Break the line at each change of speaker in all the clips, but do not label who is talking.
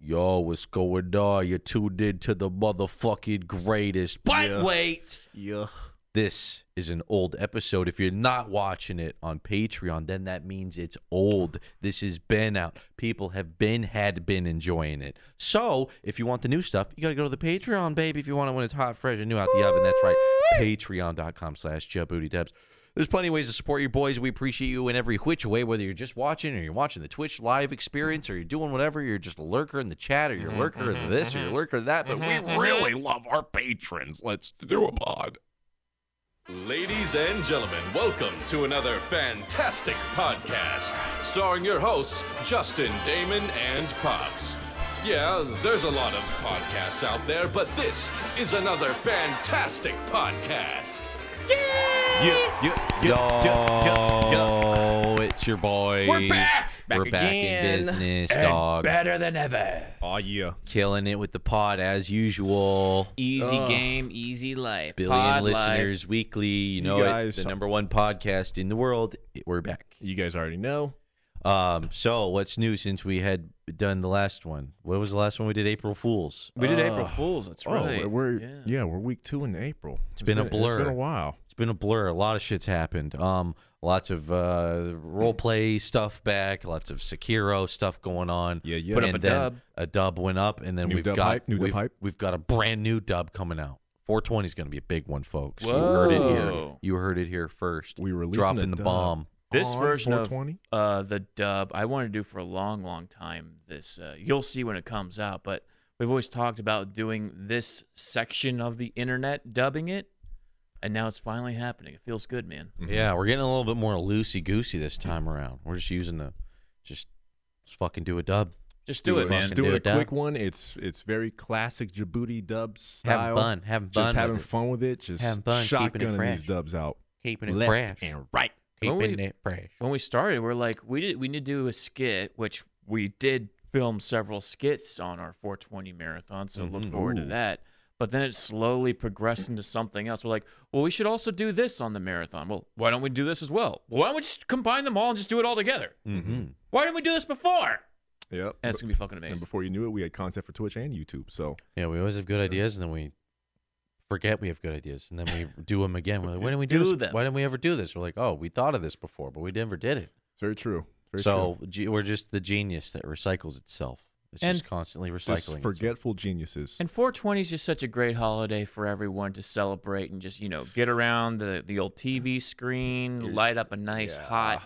Yo, what's going on? You're tuned in to the motherfucking greatest. But
Yeah.
wait,
Yeah.
this is an old episode. If you're not watching it on Patreon, then that means it's old. This has been out. People have been, had been enjoying it. So if you want the new stuff, you got to go to the Patreon, baby, if you want it when it's hot, fresh, and new out the oven. That's right. Patreon.com slash Debs. There's plenty of ways to support your boys. We appreciate you in every which way, whether you're just watching or you're watching the Twitch live experience or you're doing whatever, you're just a lurker in the chat or you're a lurker in this or you're a lurker in that. But we really love our patrons. Let's do a pod.
Ladies and gentlemen, welcome to another fantastic podcast starring your hosts, Justin, Damon, and Pops. Yeah, there's a lot of podcasts out there, but this is another fantastic podcast.
Yeah. Yeah. Yeah. Yeah. Yeah.
Yo, it's your boys.
We're back.
We're
Back
back
again.
in business, dog.
Better than ever.
Oh yeah.
Killing it with the pod as usual.
Easy game, easy life.
Billion
Pod
listeners weekly. You know
guys-
it. The number one podcast in the world. It- We're back.
You guys already know.
Um, so what's new since we had done the last one? What was the last one we did? April Fools.
Life. We did
Uh,
April Fools. That's
Oh,
right.
we're yeah.
Yeah.
we're week two in April. It's
been a
It's
blur.
been a while.
It's been a blur. A lot of shit's happened. Um, lots of uh, role play stuff back. Lots of Sekiro stuff going on.
Yeah, yeah.
But
Put up
and
a
then
dub.
A dub went up, and then
New
we've
dub
got
hype, new dub
we've,
hype.
we've got a brand new dub coming out. 420 is going to be a big one, folks. You heard it here.
Whoa.
You heard it here first.
We releasing a
dropping the
dub.
bomb.
This
On
version of
420?
uh, the dub I want to do for a long, long time. This uh, you'll see when it comes out. But we've always talked about doing this section of the internet, dubbing it, and now it's finally happening. It feels good, man.
Mm-hmm.
Yeah, we're getting a little bit more loosey goosey this time around. We're just using the just let's fucking do a dub.
Just do it,
it,
man.
just
Just doing
do
a
it down.
quick one. It's it's very classic Djibouti dub style.
Having fun, having fun
Just
with
having
it.
fun with it. Just
Having fun, keeping it
shotgunning these
fresh.
dubs out.
Keeping it
Left
fresh.
and right.
When
Keeping
we-
it fresh.
when we started, we're like, we did, we need to do a skit, which we did film several skits on our 420 marathon. So look forward to that. But then it slowly progressed into something else. We're like, well, we should also do this on the marathon. Well, why don't we do this as well? Why don't we just combine them all and just do it all together?
Mm-hmm.
Why didn't we do this before?
Yep.
And it's gonna be fucking
And
amazing.
before you knew it, we had content for Twitch and YouTube. So
Yeah, we always have good ideas, and then we forget we have good ideas, and then we do them again. We're like, why
Just
didn't we do,
do
this?
them.
Why didn't we ever do this? We're like, oh, we thought of this before, but we never did it.
it's very true. Very true.
so ge- we're just the genius that recycles itself. It's
And
just constantly recycling.
Just
itself.
forgetful geniuses.
And 420 is just such a great holiday for everyone to celebrate and just you know get around the the old TV screen, light up a nice hot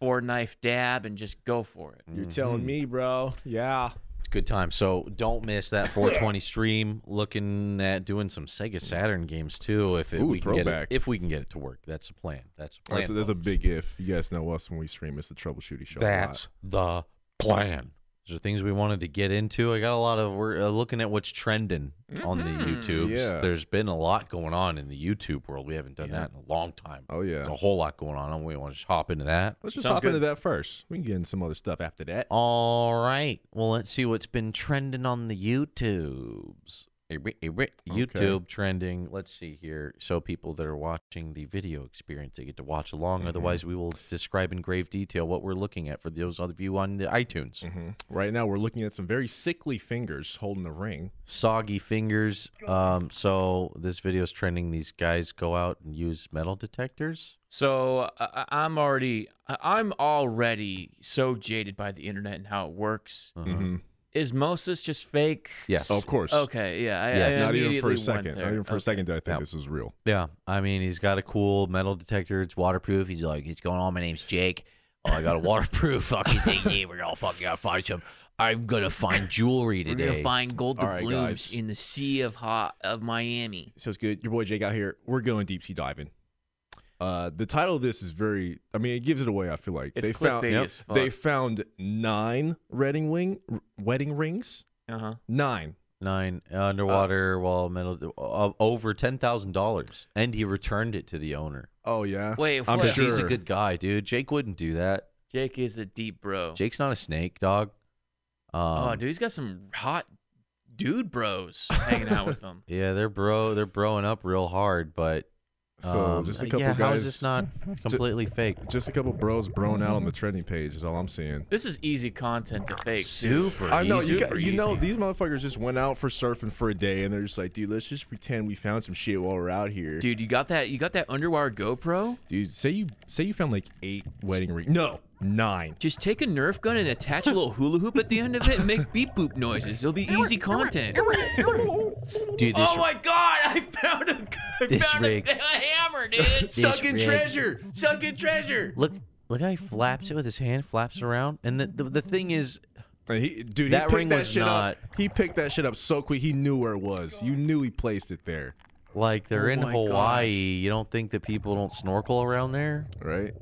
four knife dab, and just go for it.
You're telling me, bro. Yeah.
It's a good time. So don't miss that 420 stream. Looking at doing some Sega Saturn games too, if it,
Ooh,
we can get it,
throwback.
if we can get it to work. That's the plan. That's the plan.
That's, that's a
folks.
big if. You guys know us when we stream. It's the troubleshooting show. a lot.
That's the plan. Those are things we wanted to get into. I got a lot of we're uh, looking at what's trending on the YouTubes.
Yeah.
There's been a lot going on in the YouTube world. We haven't done that in a long time.
Oh, yeah.
There's a whole lot going on, and we want to just hop into that.
Let's just
Sounds
hop into
good.
that first. We can get into some other stuff after that.
All right. Well, let's see what's been trending on the YouTubes. Eh, wait, eh, wait. YouTube trending. Let's see here. So people that are watching the video experience, they get to watch along.
Mm-hmm.
Otherwise, we will describe in grave detail what we're looking at for those other of you on the iTunes.
Right now, we're looking at some very sickly fingers holding a ring.
soggy fingers. Um, so this video's trending. These guys go out and use metal detectors.
So I, I- I'm already I- I'm already so jaded by the internet and how it works.
Mhm.
Is Moses just fake?
Mm-hmm. Yes.
Of course.
Okay, yeah. I,
Yes.
I
Not even for
immediately
a
went
second.
there.
Not even for a
Okay.
second did I think
Yeah.
this was real.
Yeah, I mean he's got a cool metal detector. It's waterproof. He's like, he's going on. My name's Jake. Oh, I got a waterproof fucking thingy. We're all fucking gotta find some. I'm gonna find jewelry
We're gonna
today.
find gold
All right,
doubloons
guys.
in the sea of hot of Miami.
So it's good. Your boy Jake out here. We're going deep sea diving. Uh, the title of this is very. I mean, it gives it away. I feel like
It's
they found
clickbait as fuck.
they found nine wedding wing wedding rings.
Uh huh.
Nine.
Nine underwater while metal uh, over ten thousand dollars, and he returned it to the owner.
Oh yeah.
Wait,
I'm
what?
Because
sure.
he's a good guy, dude. Jake wouldn't do that.
Jake is a deep bro.
Jake's not a snake, dog. Um,
oh, dude, he's got some hot dude bros hanging out with him.
Yeah, they're bro, they're broing up real hard, but
So
Um,
just a
uh,
couple
yeah,
guys.
How is this not completely fake?
Just a couple bros broing out on the trending page is all I'm seeing.
This is easy content to fake. too.
Super.
I know
easy.
you.
Super
Got, you know
easy.
these motherfuckers just went out for surfing for a day, and they're just like, dude, let's just pretend we found some shit while we're out here. Dude,
Dude, you got that? You got that underwire GoPro?
say you say you found like eight wedding rings. No, nine.
Just take a Nerf gun and attach a little hula hoop at the end of it and make beep boop noises. It'll be easy content.
Dude, this
Oh my god! I found a, I
This
found a,
rig.
a hammer, dude.
This rig.
sunken treasure.
Look, look how he flaps it with his hand, flaps around, and the the, the thing is,
And he, dude,
That
he picked
ring
that
was
shit up.
not-
He picked that shit up so quick. He knew where it was. You knew he placed it there,
like they're
Oh
in
my
Hawaii. You don't think that people don't snorkel around there?
right?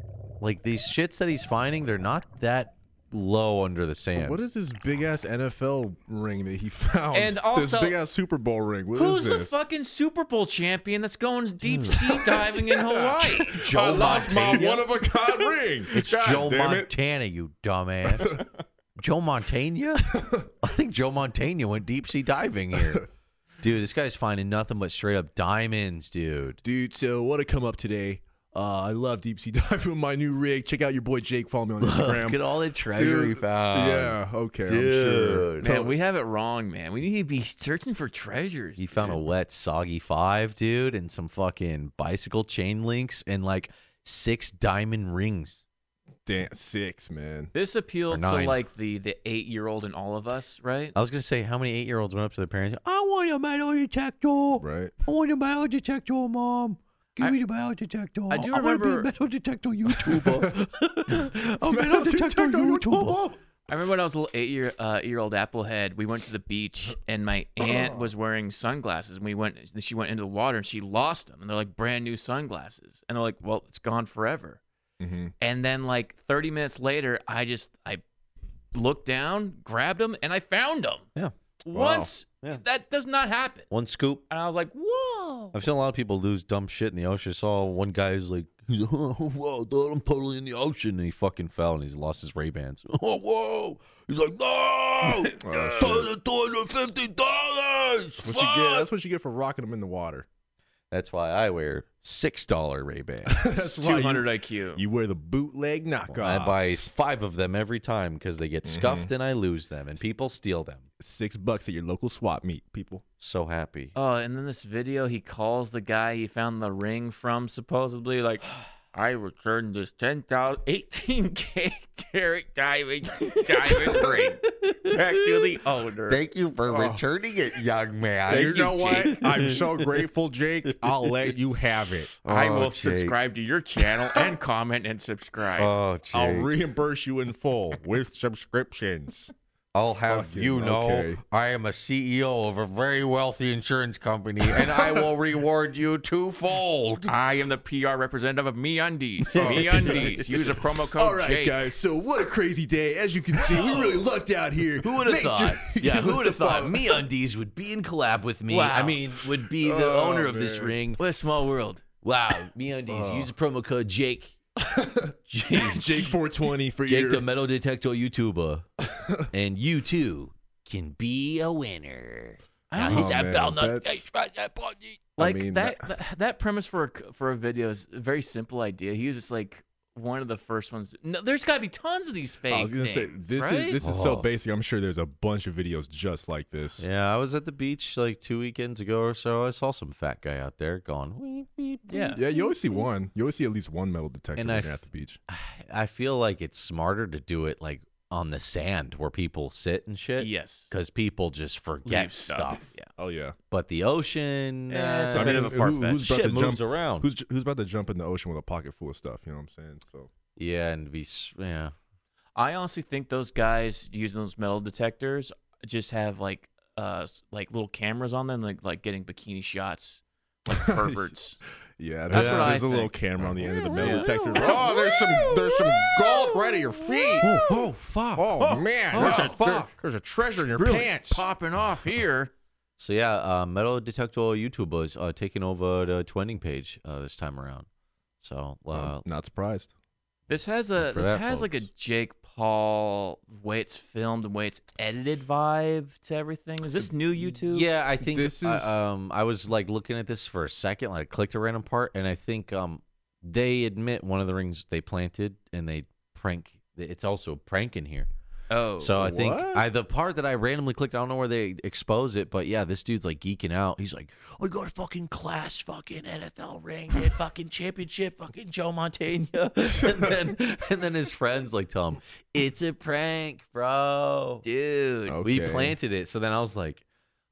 Like these shits that he's finding, they're not that low under the sand.
What is this big ass NFL ring that he found?
And also-
this big ass Super Bowl ring. What is
Who's Hmm. the
this?
fucking Super Bowl champion that's going deep sea diving in Hawaii?
Joe
I lost
Montana?
my one of a kind ring.
It's
God
Joe
damn it.
Montana, you dumbass. Joe Montana? I think Joe Montana went deep sea diving here. Dude, this guy's finding nothing but straight up diamonds, dude.
dude. So what a come up today. Uh, I love deep sea diving with my new rig. Check out your boy Jake. Follow me on Instagram.
Look at all the treasure he
dude,
found.
yeah, okay, I'm sure.
Dude.
Man,
Tell-
we have it wrong, man. We need to be searching for treasures.
He found a wet, soggy five, dude, and some fucking bicycle chain links and like six diamond rings.
Damn, six man.
This appeals to
nine.
like the the eight year old in all of us, right?
I was gonna say, how many eight year olds went up to their parents? I want a metal detector.
Right.
I want a metal detector, mom. Give
I-
me the metal detector.
I do
wanna be a
remember-
metal detector YouTuber. a metal, detector, YouTuber.
I remember when I was a little eight year uh, eight year old applehead. We went to the beach, and my aunt was wearing sunglasses. And we went, she went into the water, and she lost them. And they're like brand new sunglasses, and they're like, well, it's gone forever.
Mhm.
And then like 30 minutes later, I just I looked down, grabbed them, and I found them.
Yeah.
Once
Yeah.
that does not happen,
One scoop.
and I was like, whoa.
I've seen a lot of people lose dumb shit in the ocean. I saw one guy who's like, he's like, oh, whoa, dude, I'm totally in the ocean. And he fucking fell and he's lost his Ray Bans. Oh, whoa. He's like, no.
Oh,
Total $250.
What you get? That's what you get for rocking them in the water.
That's why I wear $6 Ray Bans.
That's why
200
you,
IQ.
you wear the bootleg knockoffs.
I buy five of them every time because they
Mm-hmm.
get scuffed and I lose them, and people steal them.
six bucks at your local swap meet, people.
So happy.
Oh, and then this video, he calls the guy he found the ring from, supposedly, like, I returned this 10,000, 18K carat diamond, diamond ring back to the owner.
Thank you for returning it, young man.
you know what? I'm so grateful, Jake. I'll let you have it.
I will subscribe to your channel and comment and subscribe.
Uh,
Oh, Jake.
I'll reimburse you in full with subscriptions.
I'll have
Fucking
you know
okay.
I am a CEO of a very wealthy insurance company, and I will reward you twofold.
I am the PR representative of Me Undies. Me Undies. Use a promo code
Oh, All Oh, right,
Oh, Jake.
guys. So what a crazy day. As you can see, we really lucked out here.
Who would have
Make sure-
thought? Yeah,
Give us
who would
the
have thought
follow-
me undies would be in collab with me? I
Wow.
mean, would be the
Oh,
owner of this
man. Oh.
ring.
What a small world.
Wow, me undies. Use the promo code Jake. Jake,
Jake 420 for
Jake
your
the metal detector YouTuber, and you too can be a winner. Now hit
Oh,
that
man,
bell nut-
that's-
Hey, that button.
I
like
mean, uh,
that, that that premise for a, c- for a video is a very simple idea. He was just like one of the first ones. No, there's got to be tons of these fake.
I was gonna say
things,
this
right?
is this is so
Oh.
basic. I'm sure there's a bunch of videos just like this.
Yeah, I was at the beach like two weekends ago or so. I saw some fat guy out there going. "Weep, weep, weep."
yeah.
Yeah, you always see one. You always see at least one metal detector
And
when
I
you're
f-
at the beach.
I feel like it's smarter to do it like on the sand where people sit and shit.
Yes.
Because people just forget
Leave
stuff.
Yeah.
Oh yeah,
But the ocean,
Yeah, it's a
eh,
I bit mean, of a far fetch.
who's about to
shit moves
jump
around.
Who's who's about to jump in the ocean with a pocket full of stuff? You know what I'm saying? So
yeah, and be s- yeah.
I honestly think those guys using those metal detectors just have like uh s- like little cameras on them, like like getting bikini shots, like perverts.
yeah, there's,
That's what I
there's a little
think.
camera on the end of the metal
Yeah.
detector. Oh, there's some there's some gold right at your feet.
Oh, oh fuck.
Oh, man,
oh,
there's, a,
fuck.
there- there's a treasure in your
Really
pants.
popping off here.
So yeah, uh, metal detector YouTubers uh, taking over the trending page uh, this time around. So uh,
Um, not surprised.
This has a
for
this
that,
has like a
folks.
Jake Paul, the way it's filmed and way it's edited vibe to everything. Is this new YouTube?
Yeah, I think
This
I-
is-
um I was like looking at this for a second, like clicked a random part, and I think um they admit one of the rings they planted and they prank it's also a prank in here.
Oh,
So I think
what?
I the part that I randomly clicked, I don't know where they expose it, but yeah, this dude's like geeking out. He's like, "We got a fucking class, fucking NFL ring, a fucking championship, fucking Joe Montana," and then and then his friends like tell him, "It's a prank, bro, dude. We
Okay.
planted it." So then I was like,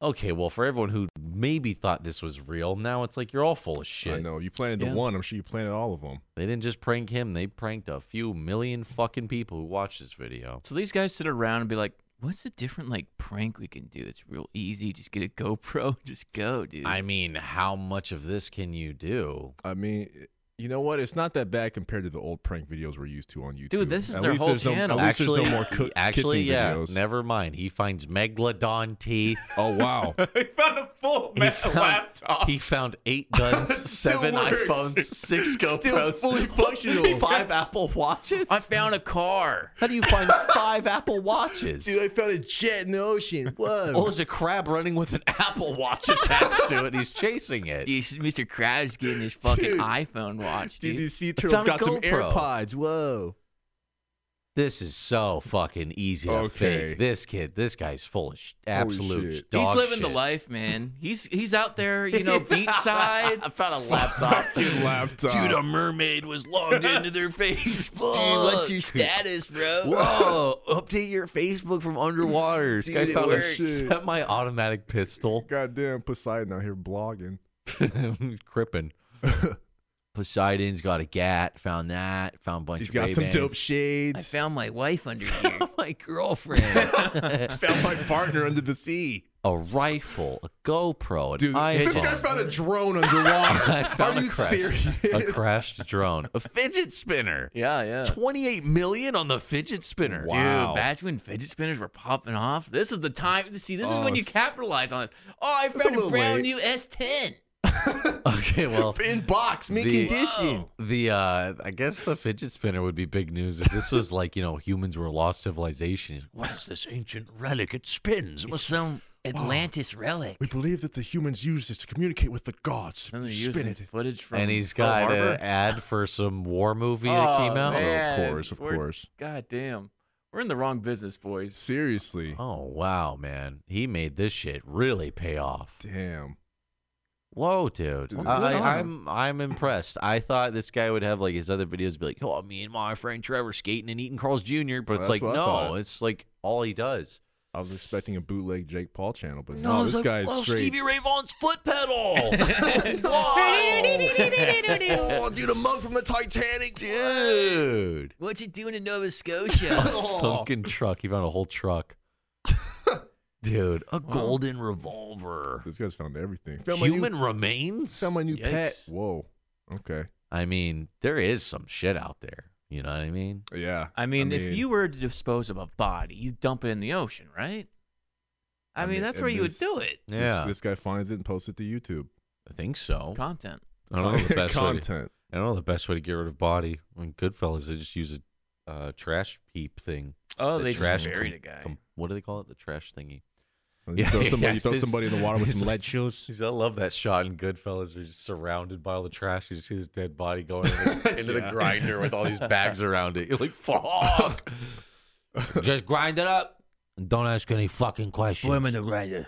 "Okay, well, for everyone who maybe thought this was real, now it's like you're all full of shit.
I know you planted the
Yeah.
one. I'm sure you planted all of them.
They didn't just prank him; they pranked a few million fucking people who watched this video."
So these guys sit around and be like, "What's a different like prank we can do? It's real easy. Just get a GoPro. Just go, dude."
I mean, how much of this can you do?
I mean, you know what? It's not that bad compared to the old prank videos we're used to on YouTube.
Dude, this is
At
their
least
whole
there's no-
channel.
at least there's
actually,
no more cook
actually,
kissing
yeah.
videos.
Never mind. He finds megalodon teeth.
Oh wow!
we found a full
He found, he found eight guns, seven
works.
iPhones, six
Still
GoPros,
fully functional.
five Apple watches.
I found a car.
How do you find five Apple watches?
I found a jet in the ocean.
Oh,
Whoa!
there's a crab running with an Apple Watch attached to it. and He's chasing it.
Dude, Mr. Krabs getting his fucking
Dude.
iPhone watch, dude.
Dude, these sea
turtles found
turtles
a
got some
GoPro.
AirPods. Whoa!
This is so fucking easy to
Okay.
fake. This kid, this guy's full of sh- absolute
shit.
dog
he's living the
shit.
life, man. He's he's out there, you know, beachside.
I found a laptop.
laptop.
Dude, a mermaid was logged into their Facebook.
status, bro?
Whoa! uh, Update your Facebook from underwater. This guy
Dude, it
found a
works.
semi-automatic pistol.
goddamn Poseidon out here blogging.
Crippin. Poseidon's got a gat. Found that. Found a bunch
He's
of
got some
Ray-Bans.
dope shades.
I found my wife under here.
Found my girlfriend.
found my partner under the sea.
a rifle, a GoPro, an
Dude,
iPhone.
this guy's found a drone underwater.
I found
Are
a
you
crash-
serious?
a crashed drone, a fidget spinner.
yeah, yeah.
28 million on the fidget spinner.
Dude,
Wow.
that's when fidget spinners were popping off. This is the time. See, this is when
Oh,
you
s-
capitalize on this. Oh, I
a
found a,
little
brand
late.
new S10.
Okay, well,
in box, mint
The-
condition.
the uh I guess the fidget spinner would be big news if this was like, you know, humans were lost civilization. What is this ancient relic? It spins.
It's some Atlantis relic.
We believe that the humans use this to communicate with the gods.
And they're
Spin
using
it.
footage from
and he's
Pearl
got
Harbor. Oh,
an ad for some war movie that came out.
man,
course, Oh, of
we're-
course.
God damn, we're in the wrong business, boys.
Seriously.
Oh wow, man. He made this shit really pay off.
Damn.
Whoa, dude.
Dude,
I,
good on
I, I'm I'm impressed. I thought this guy would have like his other videos be like, Oh, me and my friend Trevor skating and eating Carl's Jr. But it's
That's
like,
what I
no,
thought.
it's like all he does.
I was expecting a bootleg Jake Paul channel, but no, this guy is straight.
Ray Vaughan's foot pedal.
Oh, dude, a mug from the Titanic.
Dude.
What's he doing in Nova
A
Scotia?
Oh.
sunken truck. He found a whole truck. Dude, a golden revolver.
This guy's found everything. Found my
Human
new,
remains?
found my new pet.
Yikes.
Whoa. Okay.
I mean, there is some shit out there. You know what I mean?
Yeah.
I mean, if you were to dispose of a body, you dump it in the ocean, right? I,
I
mean,
mean,
that's
and
where you would
this-
do it.
this, this guy finds it and posts it to YouTube.
I think so.
Content.
I don't know the best way to,
Content.
I don't know the best way to get rid of body. I mean, Goodfellas, they just use a uh, trash heap thing.
Oh,
The
they
trash
just buried a guy.
Com- what do they call it? The trash thingy.
You
Yeah,
throw
yes,
somebody, you throw
this-
somebody in the water with
this
some
is-
lead shoes.
Jeez, I love that shot in Goodfellas. We're just surrounded by all the trash. You just see this dead body going into, into the grinder with all these bags around it. You're like, fuck. just grind it up. And don't ask any fucking questions.
grinder.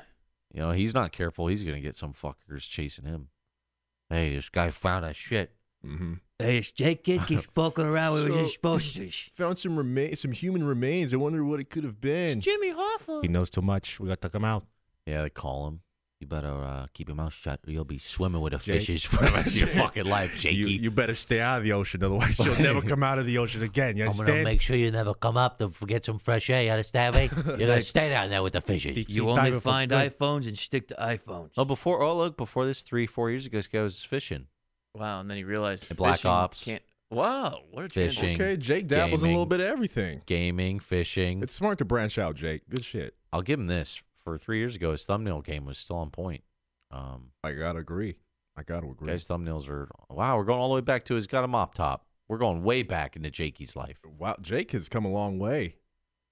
You know, he's not careful. He's going to get some fuckers chasing him. Hey, this guy found a shit.
Mm-hmm.
Hey, it's Jake Kid keeps poking around
where he's
supposed to. It's
Found some rema- some human remains. I wonder what it could have been.
Jimmy Hoffa.
knows too much. We got to come out.
Yeah, they call him. You better uh, keep your mouth shut. or You'll be swimming with the
Jake.
fishes for the rest of your fucking life, Jakey.
You, you better stay out of the ocean, otherwise you'll never come out of the ocean again. You
I'm gonna
understand?
make sure you never come up to f- get some fresh air. You understand me? You're gonna stay down there with the fishes.
Deep sea diver for good.
iPhones and stick to iPhones.
Oh, before oh look, before this three four years ago, this guy was fishing.
Wow, and then he realized
And Black
fishing
Ops.
Can't, wow, what a
Fishing.
transition.
Okay, Jake dabbles in a little
Gaming.
bit of everything.
Gaming, fishing.
It's smart to branch out, Jake. Good shit.
I'll give him this. For three years ago, his thumbnail game was still on point. Um,
I gotta agree. I gotta agree.
guy's thumbnails are wow. We're going all the way back to he's got a mop top. We're going way back into Jakey's life.
Wow, Jake has come a long way.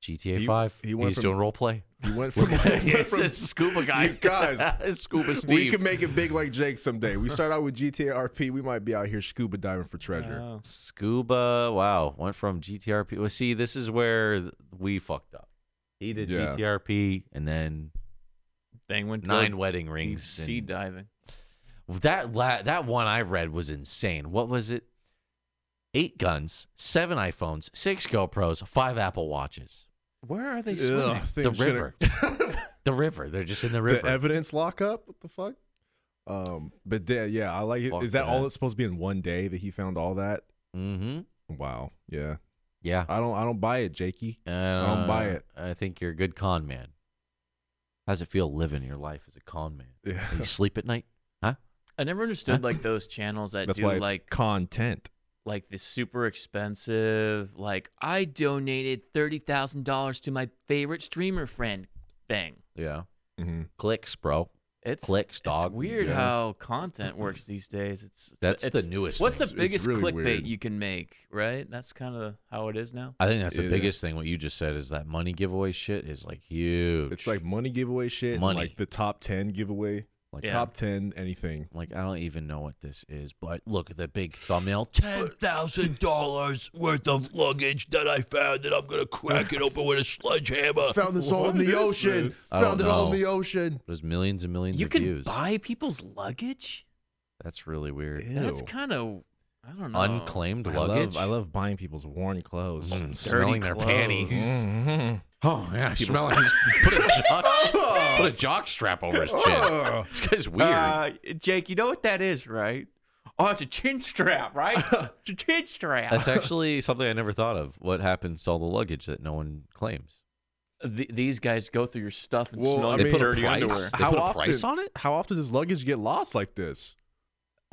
GTA
He-
Five.
he went
He's
from-
doing role play.
He went from,
Yes,
from-
it's scuba guy.
You guys,
scuba Steve.
we could make it big like Jake someday. We start out with GTA RP. We might be out here scuba diving for treasure.
Uh,
Oh.
Scuba, wow, went from GTRP. Well, see, this is where th- we fucked up. He did
Yeah.
GTRP and then
Thing went to
nine
go
wedding
deep
rings.
sea
and-
diving.
that la- that one I read was insane. What was it? Eight guns, seven iPhones, six GoPros, five Apple Watches.
Where are they
Ugh,
swimming?
I think
The
I'm just gonna-
river. The river. They're just in the
the
river.
evidence lockup. What the fuck? Um, but da- yeah, I like it.
Fuck
Is that
that.
all it's supposed to be in one day that he found all that?
mm-hmm.
Wow. Yeah,
Yeah.
I don't. I don't buy it, Jakey.
I
don't buy it.
I think you're a good con man. How's it feel living your life as a con man?
Yeah.
Do you sleep at night?
I never understood like those channels that
That's
do
why it's
like
content.
like the super expensive like I donated thirty thousand dollars to my favorite streamer friend thing.
Yeah.
hmm
Clicks, bro.
It's
Clicks, dog.
It's weird
Yeah.
how content works these days. It's, it's
That's the
it's-
newest
What's
thing.
the
It's-
biggest
it's really
clickbait
weird.
you can make? Right, that's kind of how it is now.
I think that's the
Yeah.
biggest thing. What you just said is that money giveaway shit is like huge.
It's like money giveaway shit. and,
Money.
like the top ten giveaway.
Like,
Yeah.
Top ten anything.
like I don't even know what this is, but look at the big thumbnail. Ten thousand dollars worth of luggage that I found, and I'm gonna crack it open with a sledgehammer.
Found this all in
What
the
is
ocean.
this?
I don't
Found it all in
know.
the ocean.
There's millions and millions
You
of
can
views.
buy people's luggage.
That's really weird.
That's
Ew.
kind of I don't know.
Unclaimed
I
luggage.
love, I love buying people's worn clothes.
Mm, smelling their
clothes.
panties.
Mhm.
Oh yeah, smelling. put a jock, put a jock strap over his chin.
Ugh.
This guy's weird.
Uh, Jake, you know what that is, right? Oh, it's a chin strap, right? it's a chin strap.
That's actually something I never thought of. What happens to all the luggage that no one claims?
Th- these guys go through your stuff and
Well,
smell
I
your
mean- They put a
dirty
price?
underwear.
They put a price on it?
How often does luggage get lost like this?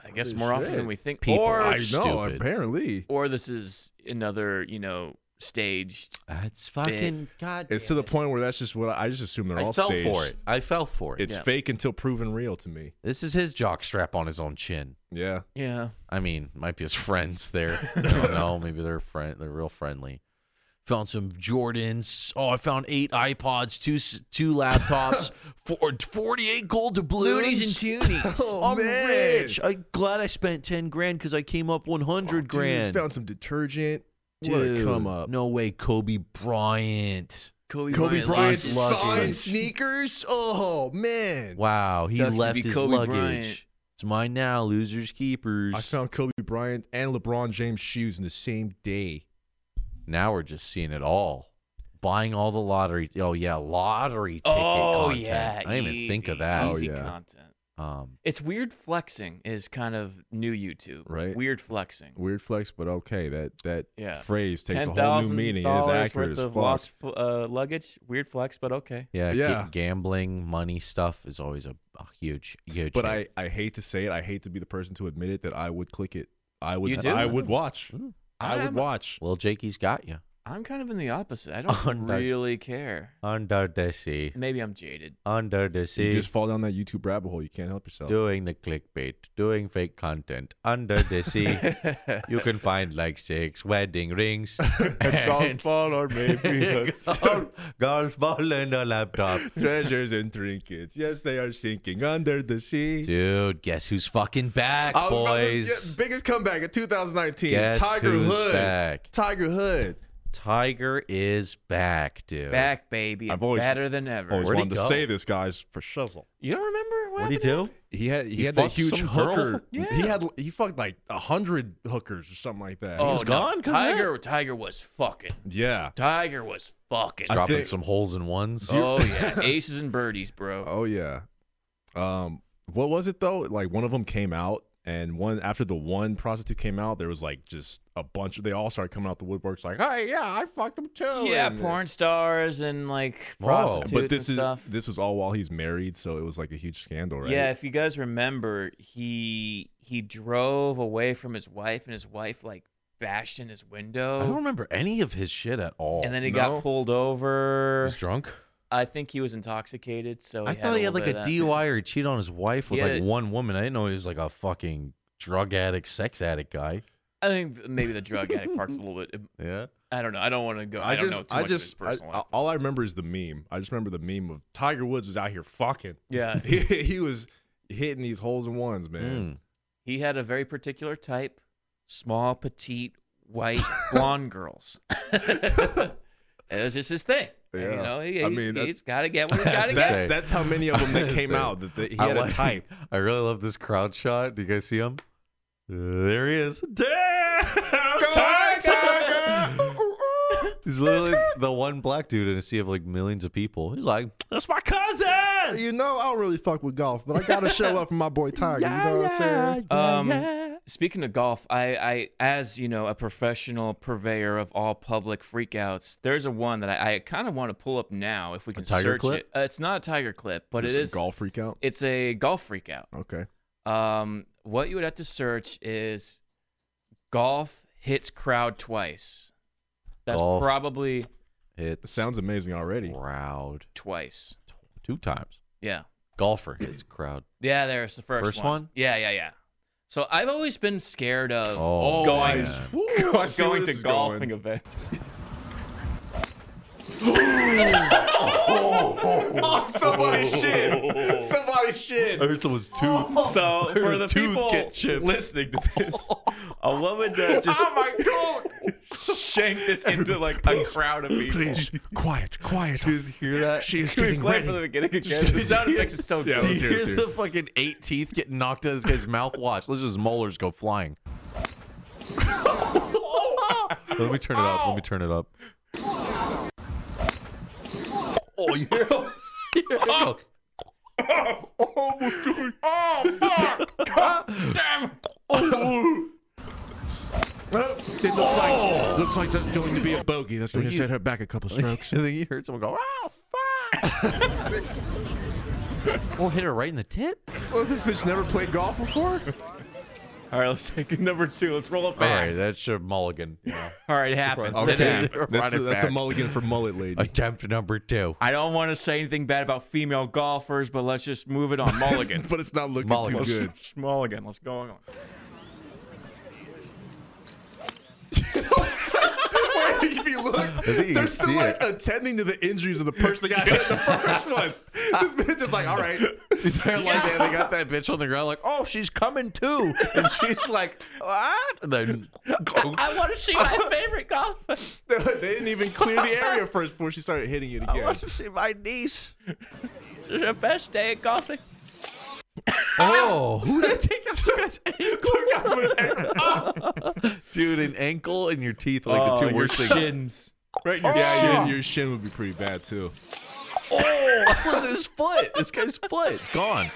I guess
Holy
more often
shit.
than we think.
People
Or,
are
I know,
stupid.
apparently.
or this is another, you know, staged.
It's fucking god.
It's to the point where that's just what I, I just assume they're
I
all
fell
staged.
for it. I fell for it.
It's
Yeah.
fake until proven real to me.
This is his jock strap on his own chin.
Yeah.
Yeah.
I mean, might be his friends there. I don't know. Maybe they're friend. They're real friendly. Found some Jordans. Oh, I found eight iPods, two s- two laptops, four, 48 gold doubloons.
toonies.
I'm
man.
rich. I'm glad I spent 10 grand because I came up 100
Oh, Dude,
grand.
found some detergent. What a
Dude,
come up.
No way, Kobe Bryant.
Kobe,
Kobe
Bryant
Bryant
lost his
luggage.
signed sneakers. Oh man.
Wow, he
Sucks to
left
be
his
Kobe
luggage.
Bryant.
It's mine now, losers keepers.
I found Kobe Bryant and LeBron James shoes in the same day.
now we're just seeing it all. Buying all the lottery. Oh yeah, lottery ticket
Oh
content.
yeah,
I didn't even think of
easy,
that.
Easy
Oh, yeah.
content.
Um,
It's weird flexing is kind of new YouTube.
Right.
Weird flexing.
Weird flex, but okay. That that
Yeah.
phrase takes a whole new
$10,000
meaning. It is
worth
accurate as
of
fuck.
lost uh, luggage. Weird flex, but okay.
yeah,
Yeah.
ga- gambling, money stuff is always a, a huge, huge.
But
hit.
I, I hate to say it. I hate to be the person to admit it that I would click it. I would
You do?
I would watch.
Mm.
I would
I'm-
watch.
well, Jakey's got you
I'm kind of in the opposite. I
Oh,
don't
no.
really care.
under the sea,
Maybe I'm jaded.
under the sea,
You just fall down that YouTube rabbit hole. You can't help yourself.
doing the clickbait, doing fake content under the sea. You can find like six wedding rings. and-
ball or maybe
golf, golf ball and a laptop.
Treasures and trinkets. Yes, they are sinking under the sea.
Dude, guess who's fucking back,
I was about to-
boys?
yeah, biggest comeback of 2019.
Guess
Tiger
who's
Hood.
back?
Tiger Hood.
Tiger is back, dude.
back, baby.
I've always-
better than ever.
Always
Where'd he
wanted to
go?
say this, guys, for shizzle.
You don't remember what
What do you
happened?
do?
He had he,
He
had that
fucked
huge
some girl?
hooker.
Yeah.
He had he fucked like a hundred hookers or something like that.
Oh,
was
no.
gone 'cause of that?
Tiger. Tiger was fucking.
Yeah.
Tiger was fucking.
I
Dropping
think-
some holes in ones.
Oh yeah, aces and birdies, bro.
Oh yeah. Um, what was it though? Like one of them came out, and one after the one prostitute came out, there was like just a bunch. They all started coming out the woodworks, like, "Hey, yeah, I fucked him too."
yeah,
and-
porn stars and like
Whoa.
prostitutes
But this
and
is
stuff.
this was all while he's married, so it was like a huge scandal, right?
Yeah, if you guys remember, he he drove away from his wife, and his wife like bashed in his
I don't
window,
remember any of his shit at all.
Oh. and then he
no?
got pulled
he
over.
was drunk.
I think he was intoxicated, so
I thought he had like a
little bit of that.
DUI or he cheated on his wife with
Yeah.
like one woman. I didn't know he was like a fucking drug addict, sex addict guy.
I think th- maybe the drug addict part's a little bit.
Yeah.
I don't know. I don't want to go. I,
just,
don't know too
I
much of his
just, I,
personal life.
all I remember is the meme. I just remember the meme of Tiger Woods was out here fucking.
yeah,
He, he was hitting these holes in ones, man.
Mm.
he had a very particular type: small, petite, white, blonde girls. it was just his thing. And, You
Yeah.
know, he,
I mean, that's-
has got to get what he's got to
That's
get.
that's how many of them that came
Say.
out. That that he
I
had a
like-
type.
I really love this crowd shot. Do you guys see him? There he is.
Go Tiger!
He's literally the one black dude in a sea of like millions of people. He's like, that's my cousin.
You know, I don't really fuck with golf, but I gotta show up for my boy Tiger. you know what I'm saying?
Um, Speaking of golf, I, I, as you know, a professional purveyor of all public freakouts, there's a one that I, I kind of want to pull up now if we can
tiger
search
clip?
it. Uh, it's not a tiger clip, but it
Some
is.
golf freak out.
It's a golf freakout.
Okay.
Um, what you would have to search is golf hits crowd twice. That's
Golf.
probably
It
It's
sounds amazing already.
crowd
twice.
two times.
Yeah.
Golfer hits crowd.
Yeah, there's the first,
First one?
Yeah, yeah, yeah. So I've always been scared of
Oh,
going
man.
Ooh, I see where
going
this
to
is
golfing events.
Oh, somebody shit. Somebody shit.
I heard someone's tooth.
So for the
tooth
people
get chipped.
listening to this, a woman that just
Oh my god.
shanked this into like a crowd of people.
Please, quiet, quiet.
You guys hear that?
She is
Can we
getting
play from
ready.
the beginning again? The sound effects is so
Do you
deep.
hear it
hear
too.
the fucking eight teeth getting knocked out of this guy's mouth? Watch. Let's just molars go flying. Let me turn it up. Let me turn it up. Oh, you hear him? You hear him go,
It looks like looks like that's going to be a bogey. That's going to set her back a couple strokes.
And then you heard someone go, oh, fuck. oh, hit her right in the tit?
Well, this bitch never played golf before?
All right, let's take number two. Let's roll it
All
back.
right, that's your mulligan.
All right, it happens. It
Okay.
happens.
That's, a, that's a
back.
mulligan for mullet lady.
Attempt number two.
I don't want to say anything bad about female golfers, but let's just move it on. Mulligan.
but it's not looking
Mulligan.
too good.
Mulligan. Let's go on.
if you look,
think you
they're
can
still
see
like
it.
attending to the injuries of the person that got hit in the first one. This bitch is like, all right.
They're like, they, they got that bitch on the ground, like, oh, she's coming too. And she's like, what? And then,
I want to see my favorite golfer.
They didn't even clear the area first before she started hitting it again.
to see my niece.
This is the best day at golfing.
Oh, who did,
Took out someone's ankle. Oh,
dude, an ankle and your teeth are
Oh,
like the two worst things.
shins.
Right in your, yeah, your, your shin would be pretty bad too.
Oh, that was his foot. This guy's foot. It's gone.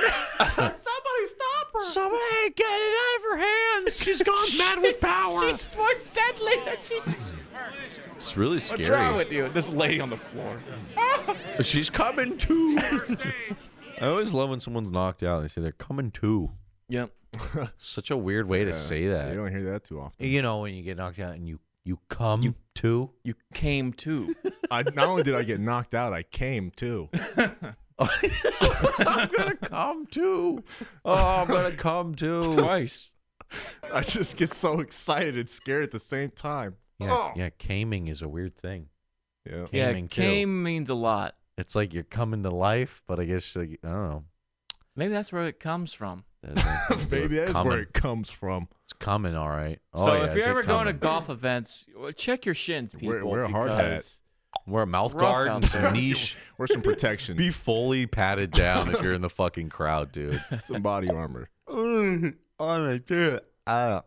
Somebody stop her.
Somebody get it out of her hands. She's gone mad with power.
She's more deadly than she.
It's really
What's wrong
scary.
with you? This lady on the floor.
She's coming too. I always love when someone's knocked out and they say they're coming too.
Yep.
Such a weird way to say
You
that.
don't hear that too often.
You know, when you get knocked out and you you come you, too.
You came too.
I, not only did I get knocked out, I came too.
I'm gonna come too. Oh, I'm gonna come too.
Twice.
I just get so excited and scared at the same time.
Yeah, yeah, caming is a weird thing.
Oh. Yeah.
Yeah,
Caming too.
came means a lot.
It's like you're coming to life, but I guess like, I don't know.
Maybe that's where it comes from.
That has nothing to do with
Maybe that is where
coming.
it comes from.
it's coming. All right. Oh,
so
yeah,
if
is
you're
it
ever going to
coming?
golf events, check your shins, people.
Wear- wear a hard hat.
because-
wear a mouth
rough
guard,
out
and some
there.
niche,
Or some protection,
be fully patted down if you're in the fucking crowd, dude.
some body armor.
Uh,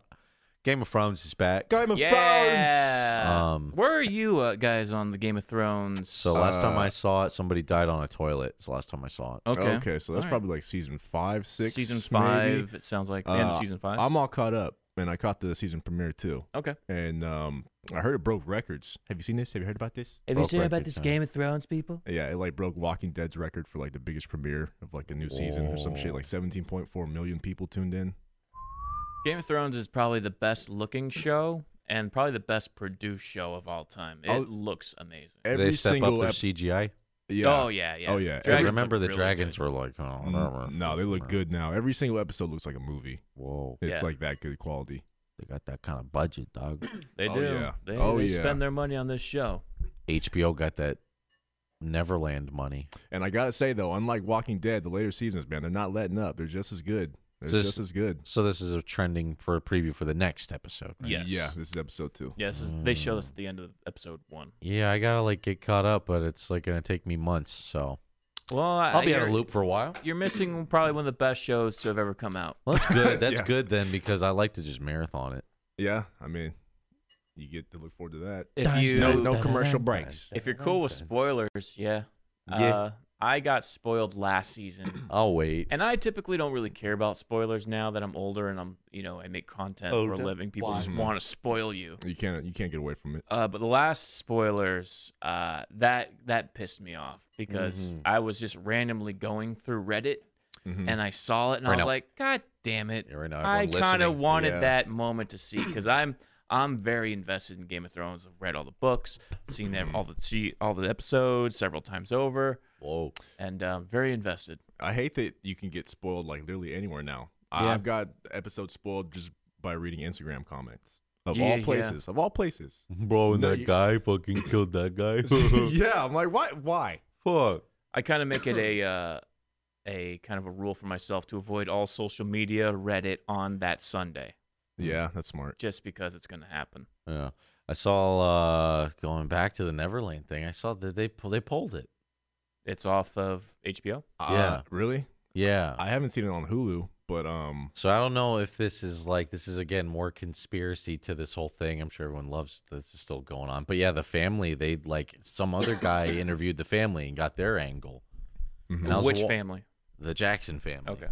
Game of Thrones is back.
Game of
Yeah.
Um,
Where are you uh, guys on the Game of Thrones?
So last time
Uh,
I saw it, somebody died on a toilet. It's the last time I saw it.
okay.
Okay. so that's
All right.
probably like season five, six.
season
maybe.
five. It sounds like the end of
Uh,
season 5
I'm all caught up, and I caught the season premiere too.
okay.
And um, I heard it broke records. Have you seen this? Have you heard about this?
Have
you seen about this Game
of Thrones, people?
Yeah, it like broke Walking Dead's record for like the biggest premiere of like a new season or some shit. Like 17.4 million people tuned in.
Game of Thrones is probably the best looking show and probably the best produced show of all time. It
Oh.
looks amazing.
Did
Every
they step up
single
their
ep-
CGI.
yeah.
Oh yeah, yeah.
Oh, yeah.
Because
Dragons
remember
look
the
really
dragons
good.
were like, oh,
Mm,
whatever.
No, they look good now. Every single episode looks like a movie.
Whoa.
It's
Yeah.
like that good quality.
They got that kind of budget, dog.
They
Oh,
do.
yeah.
They,
Oh,
they
yeah.
spend their money on this show.
HBO got that Neverland money.
And I gotta say though, unlike Walking Dead, the later seasons, man, they're not letting up. They're just as good. They're
Just-
just as good.
So this is a trending for a preview for the next episode. right?
Yes.
Yeah, this is episode two.
Yes. is- They show this at the end of episode one.
Yeah, I gotta like get caught up, but it's like gonna take me months. So
Well, I,
I'll be out
you're,
of loop for a while.
You're missing probably one of the best shows to have ever come out.
Well, that's good. That's
Yeah.
good then because I like to just marathon it.
Yeah, I mean, you get to look forward to that.
If you
No, no commercial breaks.
if you're cool with spoilers, yeah.
Yeah.
Uh, I got spoiled last season.
I'll wait.
And I typically don't really care about spoilers now that I'm older and I'm, you know, I make content
Oh,
for a living. People just want to spoil you.
You can't you can't get away from it.
Uh, but the last spoilers, uh, that that pissed me off because
Mm-hmm.
I was just randomly going through Reddit and I saw it and I
Right
was
now.
like, God damn it!
Yeah, right now
I
everyone
kind of
listening.
wanted
Yeah.
that moment to see because I'm I'm very invested in Game of Thrones. I've read all the books, seen ev- all the
Mm-hmm.
see all the episodes several times over,
Whoa.
and um, very invested.
I hate that you can get spoiled like literally anywhere now. I
Yeah.
I've got episodes spoiled just by reading Instagram comments of
Yeah,
all
yeah.
places. Of all places.
Bro, and
No,
that
you-
guy fucking killed that guy.
yeah, I'm like, why? Why?
Fuck.
I kind of make it a uh, a kind of a rule for myself to avoid all social media, Reddit on that Sunday,
Yeah, that's smart.
just because it's going to happen.
Yeah. I saw uh going back to the Neverland thing. I saw that they pu- they pulled it.
It's off of HBO.
Yeah.
Uh, really?
Yeah.
I haven't seen it on Hulu, but um,
So I don't know if this is like this is again more conspiracy to this whole thing. I'm sure everyone loves this is still going on. But yeah, the family they like some other guy interviewed the family and got their angle. And I was
Which
wa-
family?
The Jackson family.
Okay.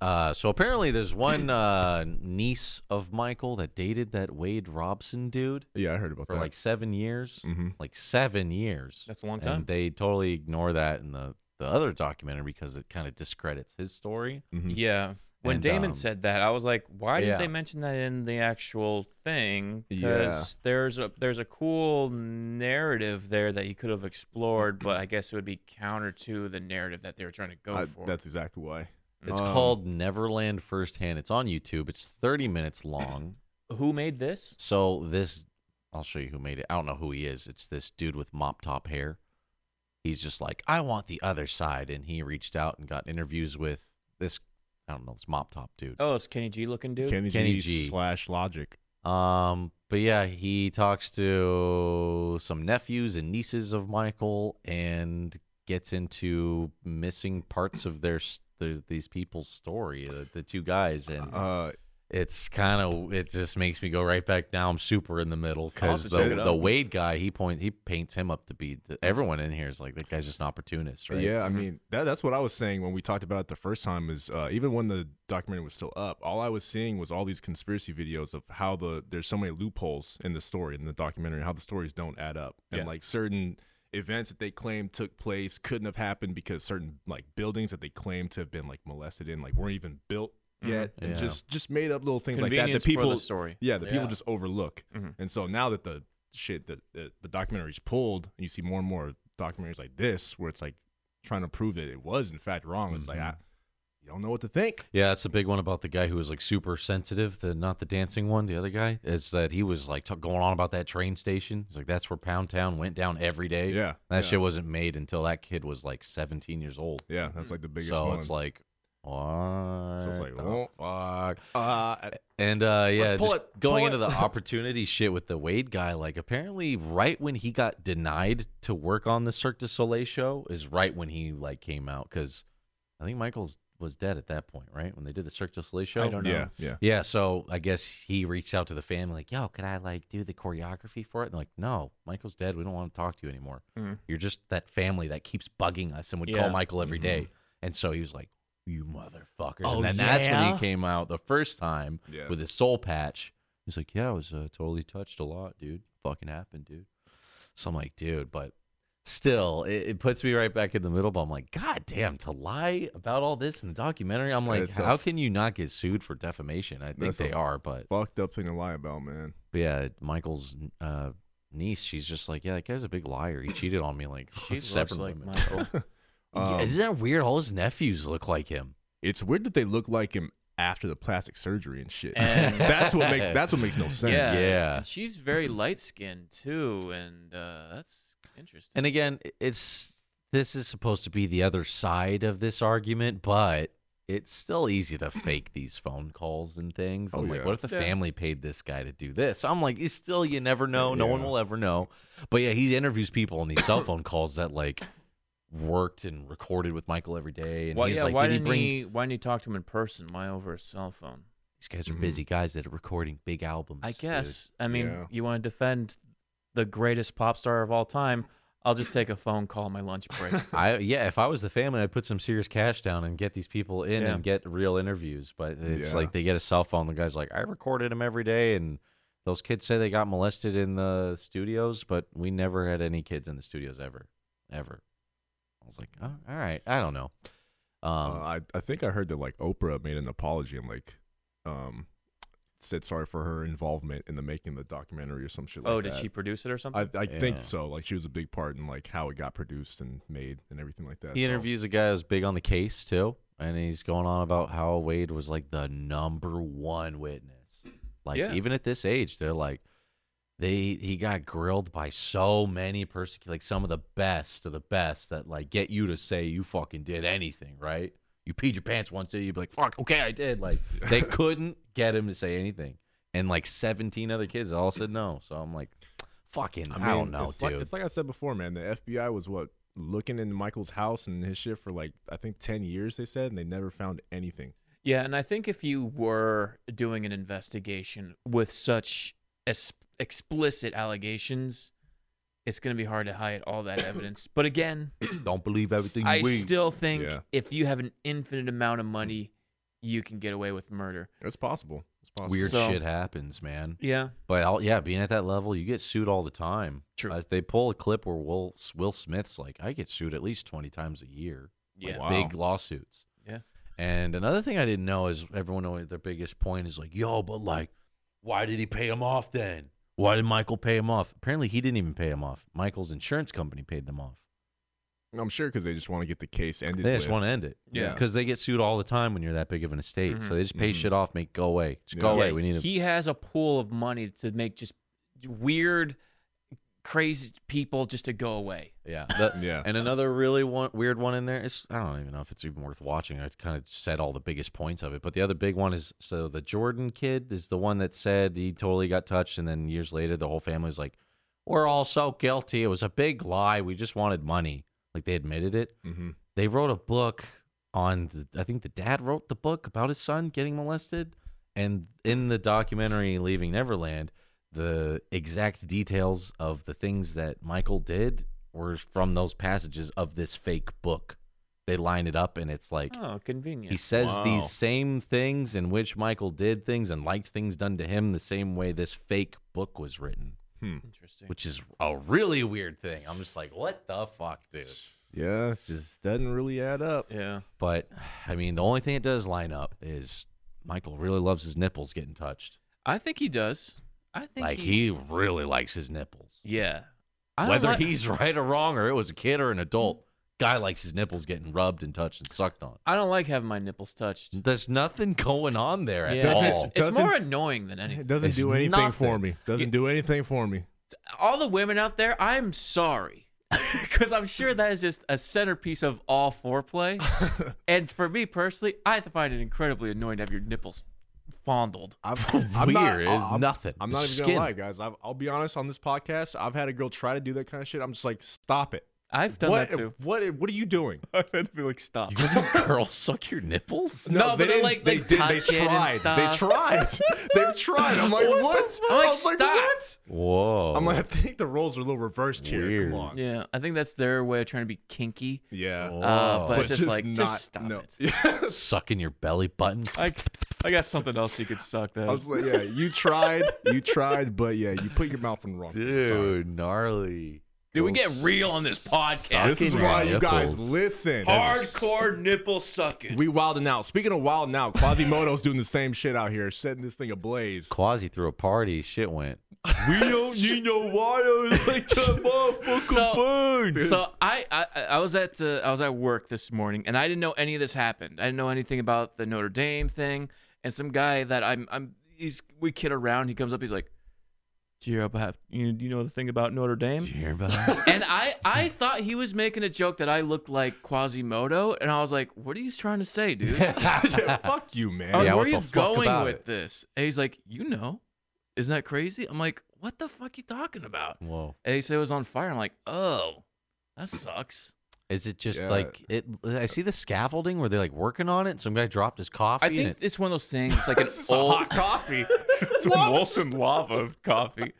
Uh, so apparently there's one uh, niece of Michael that dated that Wade Robson dude
yeah, I heard about
for
that.
like seven years.
Mhm.
Like seven years.
That's a long time.
and they totally ignore that in the the other documentary because it kind of discredits his story.
Yeah. When
And,
Damon
um,
said that, I was like, why
yeah.
didn't they mention that in the actual thing?
Yeah.
Because there's a there's a cool narrative there that you could have explored, but I guess it would be counter to the narrative that they were trying to go
I-
for.
that's exactly why.
It's
Oh.
Um,
called Neverland Firsthand. It's on YouTube. It's 30 minutes long.
Who made this?
So this, I'll show you who made it. I don't know who he is. It's this dude with mop top hair. He's just like, I want the other side, and he reached out and got interviews with this. I don't know this mop top dude.
Oh, it's Kenny G looking dude.
Kenny,
Kenny
G,
G.
slash Logic.
Um, but yeah, he talks to some nephews and nieces of Michael and gets into missing parts of their, s- the these people's story, the, the two guys, and
Uh,
it's kind of it just makes me go right back now. I'm super in the middle because
to check it
the the
out.
Wade guy he point he paints him up to be the, everyone in here is like that guy's just an opportunist, right? Mm-hmm.
Yeah, I mean that, that's what I was saying when we talked about it the first time. Is uh, even when the documentary was still up, all I was seeing was all these conspiracy videos of how the there's so many loopholes in the story in the documentary, how the stories don't add up, and
Yeah.
like certain events that they claim took place couldn't have happened because certain like buildings that they claim to have been like molested in like weren't even built yet, and
Mm-hmm. Yeah.
just just made up little things like that. The
Convenience for the
people
story.
yeah, the people
Yeah.
just overlook,
Mm-hmm.
and so now that the shit that the, the documentary's pulled, you see more and more documentaries like this where it's like trying to prove that it was in fact wrong. It's
Mm-hmm.
like I, you don't know what to think.
Yeah, that's the big one about the guy who was like super sensitive, the not the dancing one, the other guy, is that he was like t- going on about that train station. He's like, that's where Pound Town went down every day.
Yeah,
That
yeah.
shit wasn't made until that kid was like 17 years old.
Yeah, that's like the biggest
so
one.
it's like, what?
So it's like,
the
well,
fuck.
uh, I-
And uh, yeah,
pull
just
it,
going
pull
into
it.
the opportunity shit with the Wade guy, like apparently right when he got denied to work on the Cirque du Soleil show is right when he like came out because I think Michael's was dead at that point, right? When they did the Cirque du Soleil show.
I don't know.
yeah, yeah.
Yeah, so I guess he reached out to the family like, "Yo, could I like do the choreography for it?" And they're like, "No, Michael's dead. We don't want to talk to you anymore.
Mhm.
You're just that family that keeps bugging us and would
Yeah.
call Michael every day." And so he was like, "You motherfuckers!" and then that's when he came out the first time
Yeah.
with his soul patch. He's like, "Yeah, I was uh, totally touched a lot, dude. Fucking happened, dude." So I'm like, "Dude, but." Still, it, it puts me right back in the middle. But I'm like, God damn, to lie about all this in the documentary. I'm like,
It's a
how can you not get sued for defamation? I think
That's a
they are, but,
Fucked up thing to lie about, man.
but yeah, Michael's uh, niece, she's just like, yeah, that guy's a big liar. He cheated on me like
She
on
looks
seven
like
women.
Michael.
Yeah,
Um,
Isn't that weird? All his nephews look like him.
it's weird that they look like him after the plastic surgery and shit.
And-
that's what makes that's what makes no sense.
Yeah.
Yeah.
And she's very light skinned too, and uh, that's interesting.
And again, i- it's this is supposed to be the other side of this argument, but it's still easy to fake these phone calls and things.
Oh,
I'm
yeah.
like, what if the
Yeah.
family paid this guy to do this? I'm like, it's still you never know. No one
Yeah.
will ever know. But yeah, he interviews people on these cell phone calls that like worked and recorded with Michael every day. And
why,
he's
yeah,
like,
why
did he
didn't
bring
he? Why didn't he talk to him in person? Why over a cell phone?
these guys are
Mhm.
busy guys that are recording big albums?
I
dude.
guess. I mean,
Yeah.
you want to defend the greatest pop star of all time? I'll just take a phone call on my lunch break.
I yeah, if I was the family, I'd put some serious cash down and get these people in
Yeah.
and get real interviews. But it's
Yeah.
like they get a cell phone. The guy's like, I recorded them every day, and those kids say they got molested in the studios, but we never had any kids in the studios ever, ever. I was like, oh, all right, I don't know.
Uh,
Um,
I I think I heard that like Oprah made an apology and like um said sorry for her involvement in the making of the documentary or some shit like
oh, did
that.
she produce it or something?
I, I think
Yeah.
so. Like she was a big part in like how it got produced and made and everything like that.
he
so-
interviews a guy who's big on the case too, and he's going on about how Wade was like the number one witness. Like
Yeah.
even at this age, they're like they he got grilled by so many persecutors, like some of the best of the best that like get you to say you fucking did anything, right? You peed your pants once, day, you'd be like, "Fuck, okay, I did." Like they couldn't get him to say anything, and like seventeen other kids all said no. So I'm like, "Fucking, I, don't
mean,
know,
it's
dude."
Like, it's like I said before, man. The FBI was what looking into Michael's house and his shit for like I think ten years. They said and they never found anything.
Yeah, and I think if you were doing an investigation with such es- explicit allegations, it's going to be hard to hide all that evidence. But again,
don't believe everything
I
you read.
still think
Yeah.
if you have an infinite amount of money, you can get away with murder.
It's possible. It's possible.
Weird
So-
shit happens, man.
Yeah.
But I'll, yeah, being at that level, you get sued all the time.
True.
Uh, they pull a clip where Will Will Smith's like, I get sued at least twenty times a year. Like,
Yeah.
Wow.
Big lawsuits.
Yeah.
And another thing I didn't know is everyone always their biggest point is like, yo, but like, why did he pay him off then? Why did Michael pay him off? Apparently, he didn't even pay him off. Michael's insurance company paid them off.
I'm sure because they just want to get the case ended.
They just
with.
want to end it.
Yeah.
Because they get sued all the time when you're that big of an estate.
Mhm.
So they just pay
Mhm.
shit off, make go away. Just
Yeah.
go away.
Yeah,
We need to
He has a pool of money to make just weird, crazy people just to go away.
Yeah. the-
Yeah.
And another really one, weird one in there is I don't even know if it's even worth watching. I kind of said all the biggest points of it, but the other big one is so the Jordan kid is the one that said he totally got touched, and then years later the whole family was like, "We're all so guilty. It was a big lie. We just wanted money." Like they admitted it.
hmm
They wrote a book on the. I think the dad wrote the book about his son getting molested, and in the documentary Leaving Neverland, the exact details of the things that Michael did were from those passages of this fake book. They line it up, and it's like
Oh, convenient.
he says
Wow.
these same things in which Michael did things and liked things done to him the same way this fake book was written,
Interesting.
which is a really weird thing. I'm just like, what the fuck, dude?
Yeah. it Just doesn't really add up.
yeah.
But I mean, the only thing that does line up is Michael really loves his nipples getting touched.
I think he does. I think
Like
he,
he, really likes his nipples.
Yeah. I don't
Whether
like-
he's right or wrong, or it was a kid or an adult, guy likes his nipples getting rubbed and touched and sucked on.
I don't like having my nipples touched.
There's nothing going on there at
Yeah.
Doesn't-
It's,
all.
it's
doesn't-
more annoying than
It
anything.
doesn't
It's
do anything for
nothing.
me. Doesn't do anything for me.
All the women out there, I'm sorry. Because I'm sure that is just a centerpiece of all foreplay. and for me personally, I find it incredibly annoying to have your nipples fondled.
I'm,
Weird is nothing.
I'm not even
It's
gonna
skin.
lie, guys. I've, I'll be honest on this podcast. I've had a girl try to do that kind of shit. I'm just like, stop it.
I've done
what,
that too.
What? What are you doing?
I've had to be like, stop.
You guys girls suck your nipples?
No, but they're
didn't-
like,
they
like,
did. They
touch it and
tried. They
stuff.
tried. They've tried. I'm like, what?
I'm like,
I was
stop.
what?
Whoa.
I'm like, I think the roles are a little reversed here.
Weird.
Come on.
Yeah, I think that's their way of trying to be kinky.
Yeah.
Uh, but
But
it's just, like,
not,
just stop
no.
it.
sucking your belly button.
I, I got something else you could suck that.
I was like, yeah, you tried, you tried, but yeah, you put your mouth in the wrong. place. I'm sorry.
Dude, gnarly.
Dude, we
Go
get real on this podcast.
this is
Sucking
why
your
you guys
nipples.
listen.
Hardcore nipple sucking.
We wilding out. Speaking of wild now, Quasimodo's doing the same shit out here, setting this thing ablaze.
Quasi threw a party. Shit went.
We don't need no wild like that
So-
motherfucker burn.
So I, I I was at uh, I was at work this morning and I didn't know any of this happened. I didn't know anything about the Notre Dame thing. and some guy that I'm I'm he's we kid around. He comes up. He's like, "Do you have you, you know the thing about Notre Dame?"
Hear about
And I, I thought he was making a joke that I looked like Quasimodo, and I was like, "What are you trying to say, dude?
yeah, fuck you, man.
I'm like,
Yeah,
where
what
are you
the fuck
going
about
with
it?
this?" And he's like, "You know, isn't that crazy?" I'm like, "What the fuck you talking about?"
Whoa.
And he said it was on fire. I'm like, "Oh, that sucks."
Is it just
Yeah.
like it? I see the scaffolding where they're like working on it. Some guy dropped his coffee.
I think
and it,
it's one of those things. It's like an
is a
old
hot
coffee. it's Molson lava of coffee.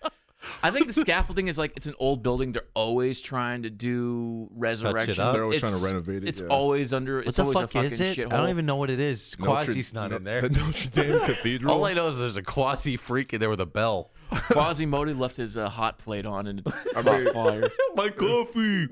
I think the scaffolding is like it's an old building. They're always trying to do resurrection.
up.
They're always
It's-
trying to renovate it,
It's
yeah.
always under.
what
It's
the
always
fuck
a fucking
is it?
shithole.
I don't even know what it is. Quasi's not
No-
in there.
The Notre Dame Cathedral.
All I know is there's a quasi freak in there with a bell.
Quasimodo left his uh, hot plate on and it caught fire.
My coffee.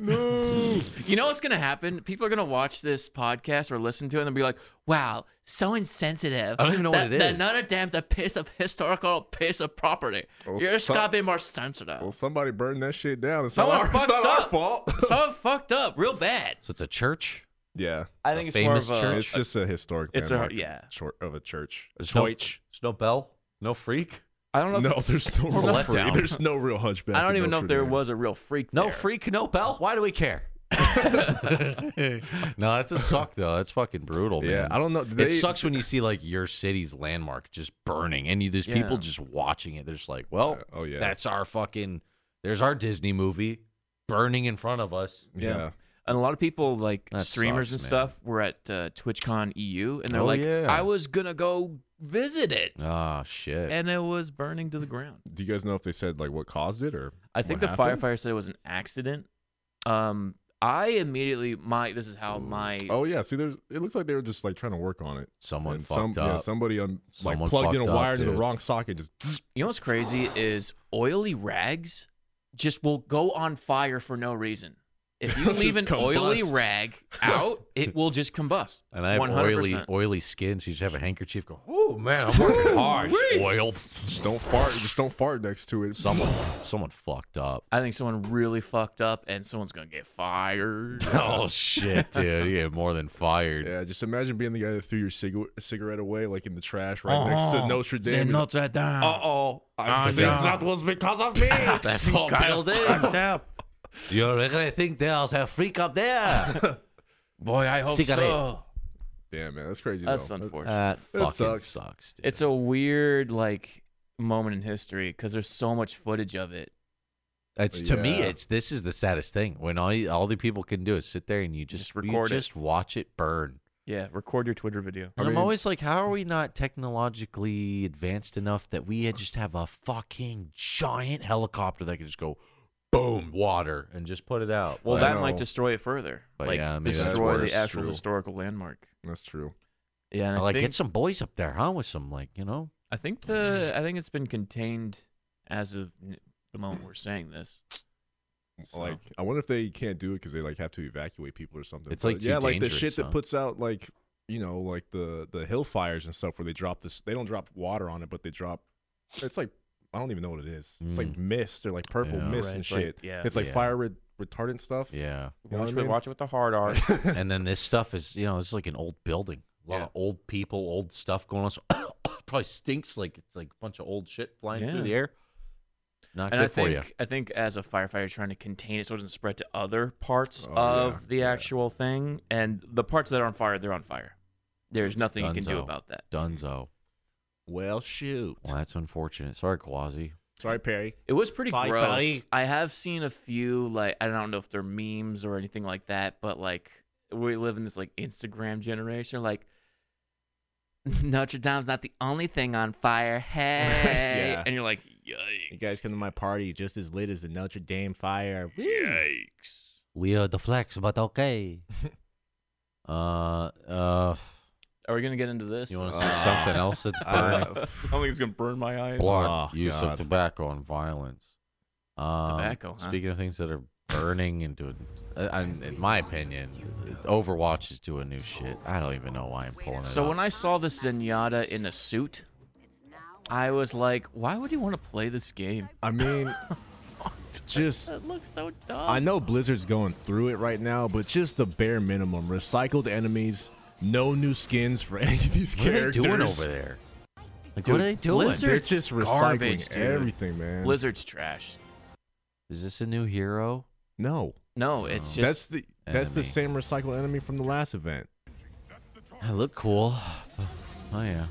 You know what's gonna happen? People are gonna watch this podcast or listen to it and be like, "Wow, so insensitive."
I don't even know
that,
what it
that
is."
Notre Dame's a piece of historical piece of property. You're
so-
just gotta be more sensitive.
well, somebody burned that shit down. It's
Someone
not, our, it's
fucked
not our
up.
fault.
Someone fucked up real bad.
So it's a church.
yeah.
I think
A famous church?
It's just a historic
Oh, It's a-
landmark
yeah.
short of a church. A
no-
church.
There's no bell. No freak.
I don't know.
No,
If
there's no
it's
real
a
letdown.
free. There's no real hunchback.
I don't
in
even know if
Notre
there
Dame.
was a real freak.
No
there.
freak. No bell. Why do we care? no, that's a suck though. That's fucking brutal, man.
Yeah, I don't know.
it
They-
sucks when you see like your city's landmark just burning, and you, there's people
Yeah.
just watching it. They're just like, "Well,
Oh yeah.
that's our fucking. There's our Disney movie burning in front of us."
yeah.
Yeah. And a lot of people, like
That
streamers
sucks,
and
man.
stuff, were at uh, TwitchCon EU, and they're
Oh,
like,
yeah.
"I was gonna go visit it,
Ah, shit.
and it was burning to the ground."
Do you guys know if they said like what caused it or?
I
what
think the
happened?
firefighter said it was an accident. Um, I immediately my this is how my
Oh yeah. See, there's. It looks like they were just like trying to work on it.
Someone
And
fucked
some, Yeah,
up.
somebody um, like
Someone
plugged in
fucked
a
up,
wire to the
dude.
wrong socket. Just
you know what's crazy is oily rags just will go on fire for no reason. If you
Just
leave an oily
combust.
rag out, it will just combust.
and I have
100%.
oily, oily skin, so you just have a handkerchief. Go, oh man, I'm working hard. Oil.
don't fart. Just don't fart next to it.
Someone, someone fucked up.
I think someone really fucked up, and someone's gonna get fired.
Oh shit, dude! You get more than fired.
Yeah, just imagine being the guy that threw your cigarette cigarette away, like in the trash, right next
Uh-huh.
to Notre Dame.
Dame.
Uh oh, I think that was because of me.
That's all built in. You're gonna think there's a freak up there.
Boy, I hope
Cigarette.
so.
Damn, man, that's crazy.
That's
though.
unfortunate.
that fucking
sucks.
sucks. dude.
it's a weird like moment in history because there's so much footage of it.
It's to me.
Yeah.
It's this is the saddest thing when all you, all the people can do is sit there and you just,
Just
you
record it.
just watch it burn.
Yeah, record your Twitter video.
And I am
mean-
always like, how are we not technologically advanced enough that we just have a fucking giant helicopter that can just go, boom, water, and just put it out?
Well,
Like,
that
know.
might destroy it further.
But
like
yeah, maybe that's
destroy
worse,
the actual
true.
historical landmark.
That's true.
Yeah, and I
like
think
get some boys up there, huh? With some like you know,
I think the I think it's been contained as of n- the moment we're saying this. So-
Like, I wonder if they can't do it because they like have to evacuate people or something.
It's,
But,
like, too
yeah, like the
dangerous,
shit
huh?
that puts out like you know like the the hill fires and stuff where they drop this. They don't drop water on it, but they drop. It's like I don't even know what it is. It's like
Mm.
mist or like purple
Yeah.
mist
Right,
and
it's like-
shit.
yeah.
it's like
Yeah.
fire re- retardant stuff.
yeah.
You know what I
with-
mean?
it with the hard R.
and then this stuff is you know, it's like an old building, a lot
Yeah.
of old people, old stuff going on. So probably stinks like it's like a bunch of old shit flying
Yeah.
through the air. Not
and
good
I
for you.
think I think as a firefighter trying to contain it so it doesn't spread to other parts
Oh,
of
yeah,
the
yeah.
actual thing, and the parts that are on fire, they're on fire. There's
It's
nothing you can do
donezo.
about that.
Dunzo.
well, shoot.
Well, that's unfortunate. Sorry, Quasi.
Sorry, Perry.
It was pretty
Bye,
gross.
buddy.
I have seen a few like I don't know if they're memes or anything like that, but like we live in this like Instagram generation, like Notre Dame's not the only thing on fire. Hey,
Yeah.
and you're like, yikes,
come to my party just as late as the Notre Dame fire.
yikes.
We are the flex, but okay. uh, uh,
Are we gonna get into this?
you want to
I
see
Uh,
something else that's burning?
don't think it's gonna burn my eyes.
Blood,
Oh,
use
God.
of tobacco and violence. Um,
Tobacco, huh?
Speaking of things that are burning into, uh, in, in my opinion, Overwatch is doing new shit. I don't even know why I'm pulling it.
So
up.
when I saw this Zenyatta in a suit, I was like, why would you want to play this game?
I mean, just
It looks so dumb.
I know Blizzard's going through it right now, but just the bare minimum: recycled enemies, No new skins for any of these
What are
characters.
they doing over there? Like,
Dude,
what are they doing?
Blizzard-
They're just recycling
Garbage, dude.
everything, man.
Blizzard's trash.
Is this a new hero?
No,
No, it's just
that's the that's the
enemy.
same recycled enemy from the last event.
I look cool. Oh yeah.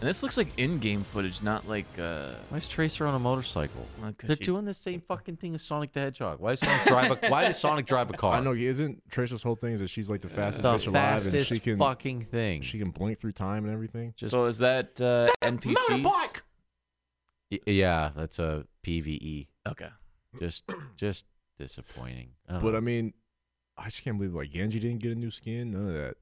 and this looks like in-game footage, not like uh
Why is Tracer on a motorcycle?
Well, 'cause
They're
she-
doing the same fucking thing as Sonic the Hedgehog. Why does Sonic drive a Why does Sonic drive a car?
I know isn't Tracer's whole thing is that she's like the fastest
Oh. the
bitch alive, and
fastest
she can
fucking thing.
she can blink through time and everything.
just-
so is that uh NPCs?
Y- yeah, that's a PVE.
Okay.
Just just disappointing. I don't
But
Uh-huh.
know.
I mean, I just can't believe like Genji didn't get a new skin. None of that.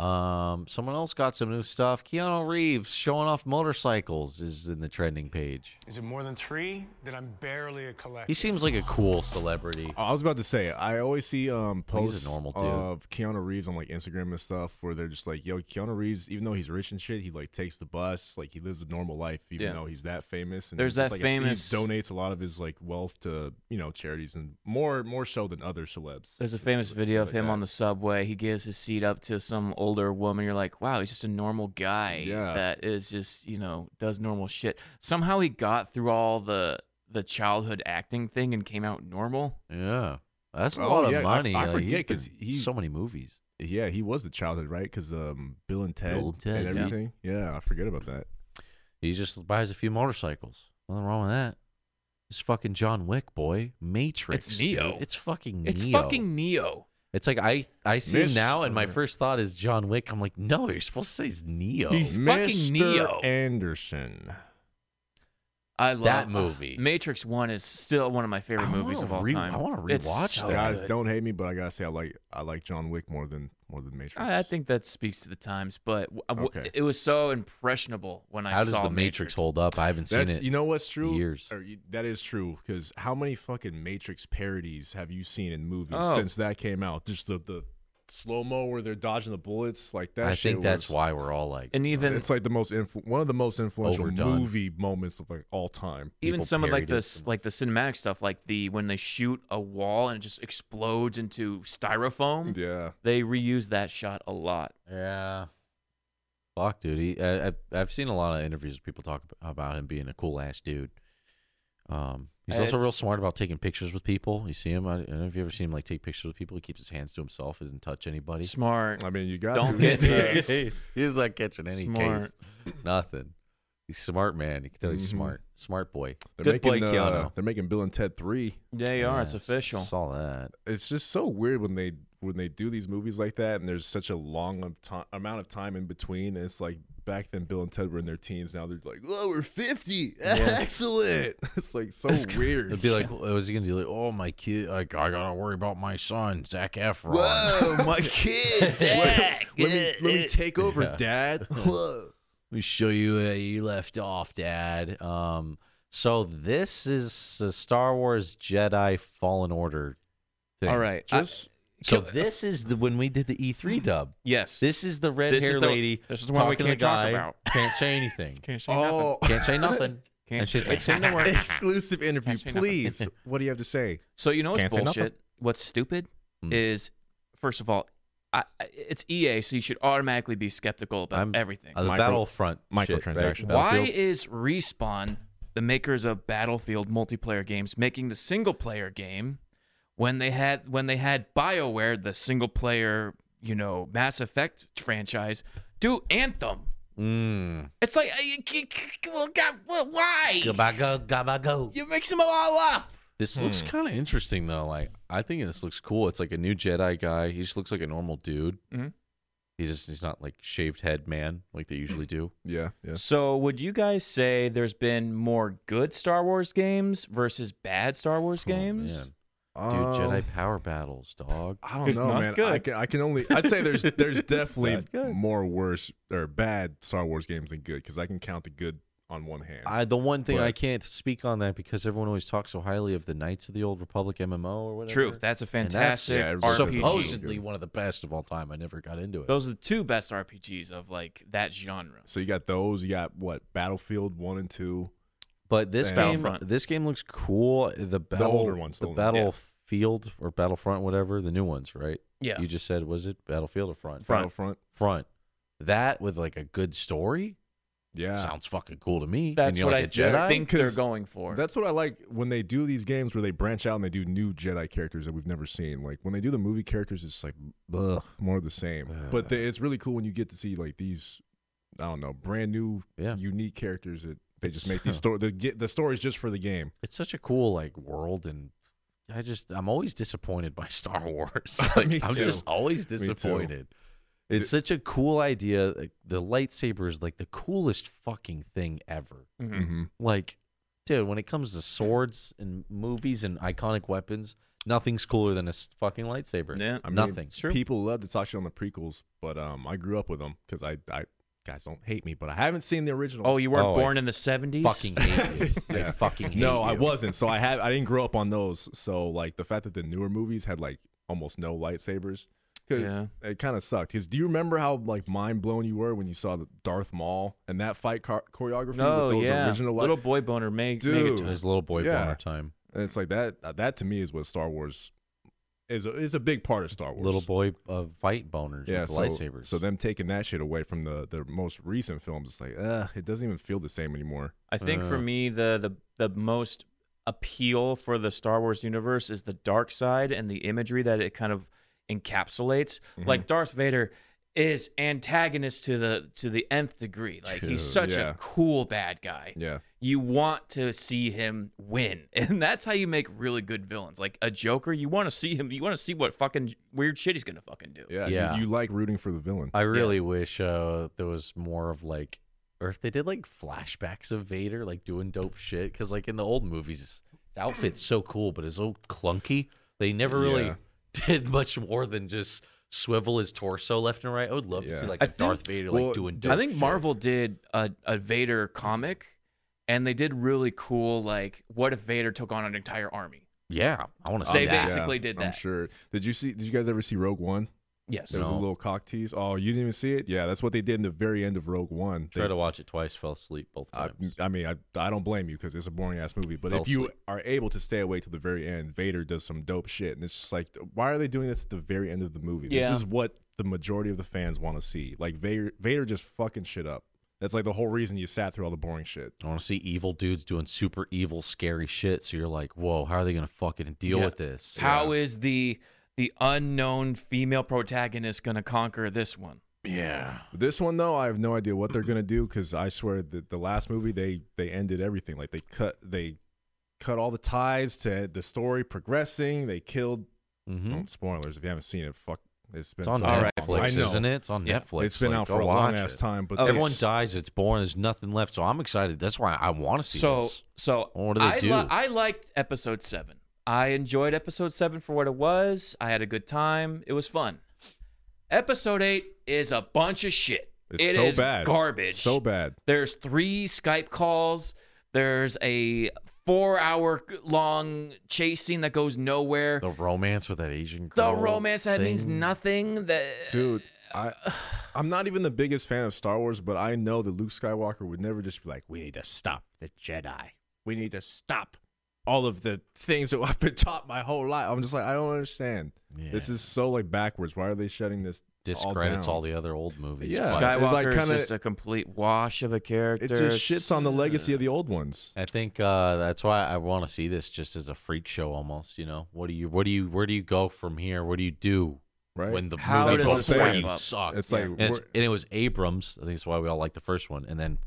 Um, someone else got some new stuff. Keanu Reeves showing off motorcycles is in the trending page.
Is it more than three? Then I'm barely a collector.
He seems like a cool celebrity.
I was about to say, I always see um
Oh,
I think he's a
posts
normal dude.
of Keanu Reeves on like Instagram and stuff where they're just like, "Yo, Keanu Reeves, even though he's rich and shit, he like takes the bus, like he lives a normal life, even
Yeah.
though he's that famous." And
There's
it's just, like,
that
I s-
famous-
He donates a lot of his like wealth to you know charities and more more so than other celebs.
There's a famous video of
like
him
that.
on the subway. He gives his seat up to some older woman. You're like, wow, he's just a normal guy
Yeah.
that is just, you know, does normal shit. Somehow he got through all the the childhood acting thing and came out normal.
Yeah, that's a
Oh,
lot
yeah, I-
of money. Like,
I
he's
forget 'cause
been
he-
so many movies.
Yeah, he was the childhood, right? Because um, Bill and Ted,
Bill and Ted, yeah.
and everything. Yeah. I forget about that.
He just buys a few motorcycles. Nothing wrong with that. It's fucking John Wick, boy. Matrix.
It's
dude.
Neo.
It's fucking.
It's
Neo.
fucking Neo.
It's like I I see him
Miss-
now, and my first thought is John Wick. I'm like, no, you're supposed to say he's Neo.
He's fucking Neo.
Anderson.
I love uh,
That movie.
Matrix One is still one of my favorite
I
movies
wanna
of all
re-
time.
I wanna
It's
rewatch
so
that.
Guys,
good.
don't hate me, but I gotta say, I like I like John Wick more than more than Matrix.
I, I think that speaks to the times, but w- w-
Okay.
it was so impressionable when I
How
saw
does the Matrix hold up? I haven't
That's
seen it.
you know what's true.
years.
Or, you- that is true because how many fucking Matrix parodies have you seen in movies
Oh.
since that came out? Just the the slow mo where they're dodging the bullets like that.
I
shit
think that's
was-
why we're all like,
And even
It's like the most influ- one of the most influential
Overdone.
movie moments of like all time.
even
people
some of like
parodied
this like the cinematic stuff like the when they shoot a wall and it just explodes into styrofoam
Yeah.
they reuse that shot a lot
yeah, fuck, dude. He, I, I, I've seen a lot of interviews. Where people talk ab- about him being a cool ass dude. Um, he's
Uh,
also real
it's-
smart about taking pictures with people. You see him. I, I don't know if you ever seen him like take pictures with people. He keeps his hands to himself. Doesn't touch anybody.
smart
I mean, you got
Don't
to
get
these
me.
days.
He's not catching any
Smart. Mm-hmm.
case. Nothing. He's smart man. You can tell he's
Mhm.
smart. Smart boy.
They're
Good
making,
boy,
uh,
Keanu.
They're making Bill and Ted three.
they are it's
Yes,
official
Saw that.
It's just so weird when they when they do these movies like that, and there's such a long of time, amount of time in between. And it's like back then, Bill and Ted were in their teens. Now they're like, "Oh, we're fifty, excellent." It's like so
It'd
weird.
be like, what was he gonna do? Like, oh my kid, like I gotta worry about my son, Zach Efron.
my kids! let me let me take over, Dad. Whoa.
Let me show you where you left off, Dad. Um, so this is the Star Wars Jedi Fallen Order thing.
all right I-
Just
So this is the when we did the E3 dub.
yes
This is the red
This is
hair
the-
lady.
this is the one we
talking to
can't talk
guy,
about.
Can't say anything.
can't say nothing.
oh,
Can't say nothing.
Can't
and she's like,
say no word.
exclusive interview,
Actually, nothing.
please. what do you have to say?
so you know what's
Can't say nothing.
bullshit what's stupid
Mm.
is first of all I, I- it's ea so you should automatically be skeptical about
I'm-
everything
Uh, the
Micro-
Battlefront
microtransactions.
Shit, right?
Why
Battlefield.
is Respawn, the makers of Battlefield multiplayer games, making the single player game when they had when they had BioWare, the single player, you know, Mass Effect franchise, do Anthem?
Mm.
It's like, uh, you- you- well, God, well, why?
Gabba go, gabba go.
You're mixing them all up.
This looks
Hmm.
kind of interesting though. Like I think this looks cool. It's like a new Jedi guy. He just looks like a normal dude.
Mhm.
He just he's not like shaved head man like they usually do.
Yeah, yeah.
So, would you guys say there's been more good Star Wars games versus bad Star Wars games?
Oh, Man. Dude, Jedi power battles, dog.
I don't
It's
know,
not
man. I
good.
can, I can only. I'd say there's there's definitely
not good.
more worse or bad Star Wars games than good because I can count the good on one hand.
I the one thing I
But-
can't speak on that because everyone always talks so highly of the Knights of the Old Republic MMO or whatever.
True. That's a
And that's
fantastic
yeah, everybody says
RPG.
that.
supposedly one of the best of all time. I never got into it.
Those are the two best RPGs of like that genre.
so you got those. You got what Battlefield one and two.
But this
Than-
game,
Battlefront.
this game looks cool. The battle,
older ones,
the
older ones,
Battlefield or Battlefront, whatever the new ones, right?
Yeah.
you just said was it Battlefield or Front?
Front.
Battlefront.
Front. That with like a good story
Yeah.
sounds fucking cool to me.
That's
and you're
what
like
I
a Jedi.
think they're
'Cause
going for.
That's what I like when they do these games where they branch out and they do new Jedi characters that we've never seen. Like when they do the movie characters, it's like ugh, more of the same. but they, it's really cool when you get to see like these, I don't know, brand new,
Yeah.
unique characters that they just
It's-
make these stories. The, ge- the stories just for the game.
It's such a cool like world and. I just I'm always disappointed by Star Wars. Like,
Me
I'm
too.
just always
Me too.
disappointed. It's such a cool idea. Like, the lightsaber is like the coolest fucking thing ever.
Mm-hmm.
Like, dude, when it comes to swords and movies and iconic weapons, nothing's cooler than a s- fucking lightsaber.
Yeah.
I mean,
Nothing.
People love to talk shit on the prequels, but um, I grew up with them because I, I guys don't hate me, but I haven't seen the original.
oh, you weren't
Oh, I
born in the 70s?
fucking hate you. I
Yeah.
fucking hate
no, I
you.
wasn't. So I had I didn't grow up on those. So like the fact that the newer movies had like almost no lightsabers, because
Yeah.
it kind of sucked. Because do you remember how like mind blown you were when you saw the Darth Maul and that fight car- choreography
No,
with those
Oh, yeah.
original
Little
light?
boy boner meg-
Dude.
It
megatons.
was a little boy
Yeah.
boner time.
And it's like that. uh, That to me is what Star Wars is. A, is a big part of Star Wars.
Little boy uh, fight boners
Yeah,
with
so,
lightsabers.
so them taking that shit away from the the most recent films, it's like, uh, it doesn't even feel the same anymore.
I think for
Uh.
me, the, the the most appeal for the Star Wars universe is the dark side and the imagery that it kind of encapsulates.
Mm-hmm.
Like Darth Vader is antagonist to the to the nth degree. Like
Dude,
he's such
yeah.
a cool bad guy.
Yeah,
You want to see him win, and that's how you make really good villains. Like a Joker, you want to see him. You want to see what fucking weird shit he's gonna fucking do.
yeah.
Yeah.
You, you like rooting for the villain.
I really wish uh, there was more of like, or if they did like flashbacks of Vader, like doing dope shit. Because like in the old movies, his outfit's so cool, but it's so clunky. They never really
Yeah.
did much more than just swivel his torso left and right. I would love to
Yeah.
see like
I
a Darth Vader like
well,
doing dope.
I think
shit.
Marvel did a, a Vader comic, and they did really cool. Like, what if Vader took on an entire army?
Yeah, I want to
They
see that.
basically did
I'm
that.
sure. Did you see? Did you guys ever see Rogue One?
Yes.
There was a
No.
little cock tease. Oh, you didn't even see it? Yeah, that's what they did in the very end of Rogue One.
Try
They-
to watch it twice, fell asleep both
I,
times.
I mean, I, I don't blame you because it's a boring ass movie. But
Fell
if you
asleep.
are able to stay awake till the very end, Vader does some dope shit, and it's just like, why are they doing this at the very end of the movie?
Yeah.
This is what the majority of the fans want to see. Like Vader, Vader just fucking shit up. That's like the whole reason you sat through all the boring shit.
I want to see evil dudes doing super evil, scary shit. So you're like, whoa, how are they gonna fucking deal
Yeah.
with this?
How is the the unknown female protagonist gonna conquer this one?
Yeah,
This one though, I have no idea what they're gonna do because I swear that the last movie they they ended everything. Like they cut they cut all the ties to the story progressing. They killed
hmm
oh, spoilers if you haven't seen it. Fuck, it's been
it's on
so
All
Netflix,
right.
long. I know.
isn't it? It's on Netflix.
It's been
Like,
out
go
for a long
watch
ass
it.
time,
Oh,
but
Everyone
it's-
dies. It's boring. There's nothing left. So I'm excited. That's why I want to see
so
this.
so
What do they
I,
do?
I liked episode seven. I enjoyed episode seven for what it was. I had a good time. It was fun. Episode eight is a bunch of shit.
It's
It
so
is
bad.
Garbage.
So bad.
There's three Skype calls. There's a four hour long chase scene that goes nowhere.
The
The,
romance with that Asian girl.
romance that means
thing.
nothing. That
Dude,
Uh,
I I'm not even the biggest fan of Star Wars, but I know that Luke Skywalker would never just be like, "We need to stop the Jedi. We need to stop all of the things that I've been taught my whole life." I'm just like, I don't understand. This is so like backwards. Why are they shutting this
discredits all,
all, down?
the other old movies.
Yeah.
But
Sky-
Skywalker
like,
is
kinda-
just a complete wash of a character.
It just shits on the legacy of the old ones.
I think uh, that's why I want to see this just as a freak show, almost. You know, what do you, what do you, where do you go from here? What do you do
Right?
when the
How
movie
does
was
this ramp
you
up?
suck?
It's like
and, it's-
we're-
and it was Abrams. I think that's why we all like the first one, and then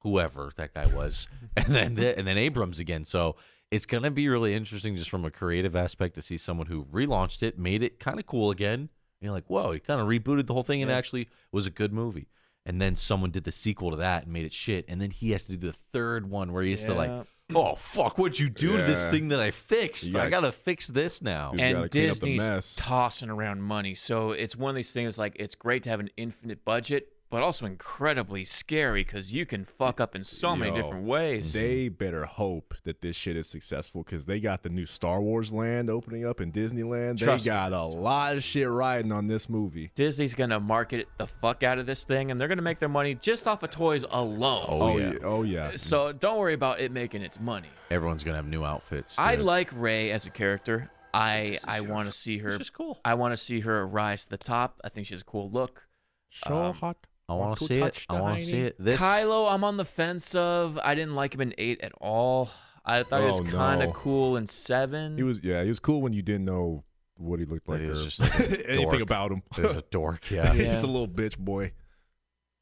whoever that guy was, and then the, and then Abrams again. So it's gonna be really interesting, just from a creative aspect, to see someone who relaunched it, made it kind of cool again. And you're like, whoa, he kind of rebooted the whole thing, and actually was a good movie. And then someone did the sequel to that and made it shit. And then he has to do the third one where he has to
Yeah.
like, oh fuck, what'd you do to this
Yeah.
thing that I fixed?
You
I
gotta-
gotta fix this now.
You gotta
and
clean up the
Disney's
mess.
tossing around money. So it's one of these things like it's great to have an infinite budget, but also incredibly scary because you can fuck up in so many
Yo,
different ways.
They better hope that this shit is successful because they got the new Star Wars land opening up in Disneyland.
Trust
they
me.
got a lot of shit riding on this movie.
Disney's gonna market the fuck out of this thing, and they're gonna make their money just off of toys alone.
Oh, yeah.
Oh yeah.
So don't worry about it making its money.
Everyone's gonna have new outfits.
I
dude.
like Ray as a character. I I want to see her.
This is cool.
I want to see her rise to the top. I think she has a cool look.
So
um,
hot.
I want to see it. I want to see it. This
Kylo, I'm on the fence of. I didn't like him in eight at all. I thought he was
Oh, no.
kind of cool in seven.
He was yeah. He was cool when you didn't know what he looked like
he
or
was just like a dork.
anything about him.
There's a dork. Yeah.
Yeah.
He's a little bitch boy.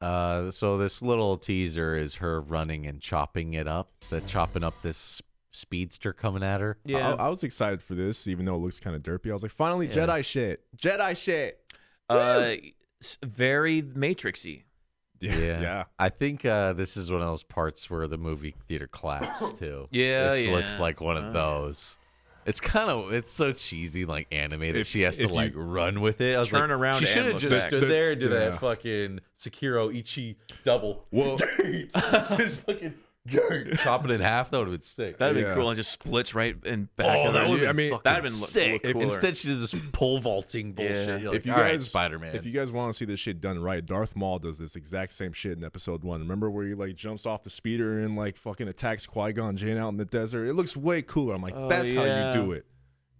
Uh, so this little teaser is her running and chopping it up. The chopping up this speedster coming at her.
yeah.
I, I was excited for this, even though it looks kind of derpy. I was like, finally Jedi shit. Jedi shit.
uh, s- very Matrixy.
Yeah. Yeah.
I think uh, this is one of those parts where the movie theater claps too.
Yeah,
This
yeah.
looks like one
Oh, yeah.
of those. It's kind of it's so cheesy, like anime that
If-
she has to
if you
like run with it. I was
turn
like,
around
She
and
should have
look
just
back.
stood
The-
there and do
yeah.
that fucking Sekiro Ichi double.
Well,
just fucking chopping it in half. That would have been sick.
That'd
Yeah.
be cool. And just splits right and back.
Oh,
of
that
her.
would've been I mean, fucking
that'd been look,
sick.
Look
If
cooler.
instead she does this pole vaulting bullshit,
Yeah.
you're like,
if you
"All right,
guys
Spider Man,
if you guys want to see this shit done right, Darth Maul does this exact same shit in Episode One. Remember where he like jumps off the speeder and like fucking attacks Qui Gon Jinn out in the desert? It looks way cooler. I'm like,
Oh,
that's how
yeah.
you do it.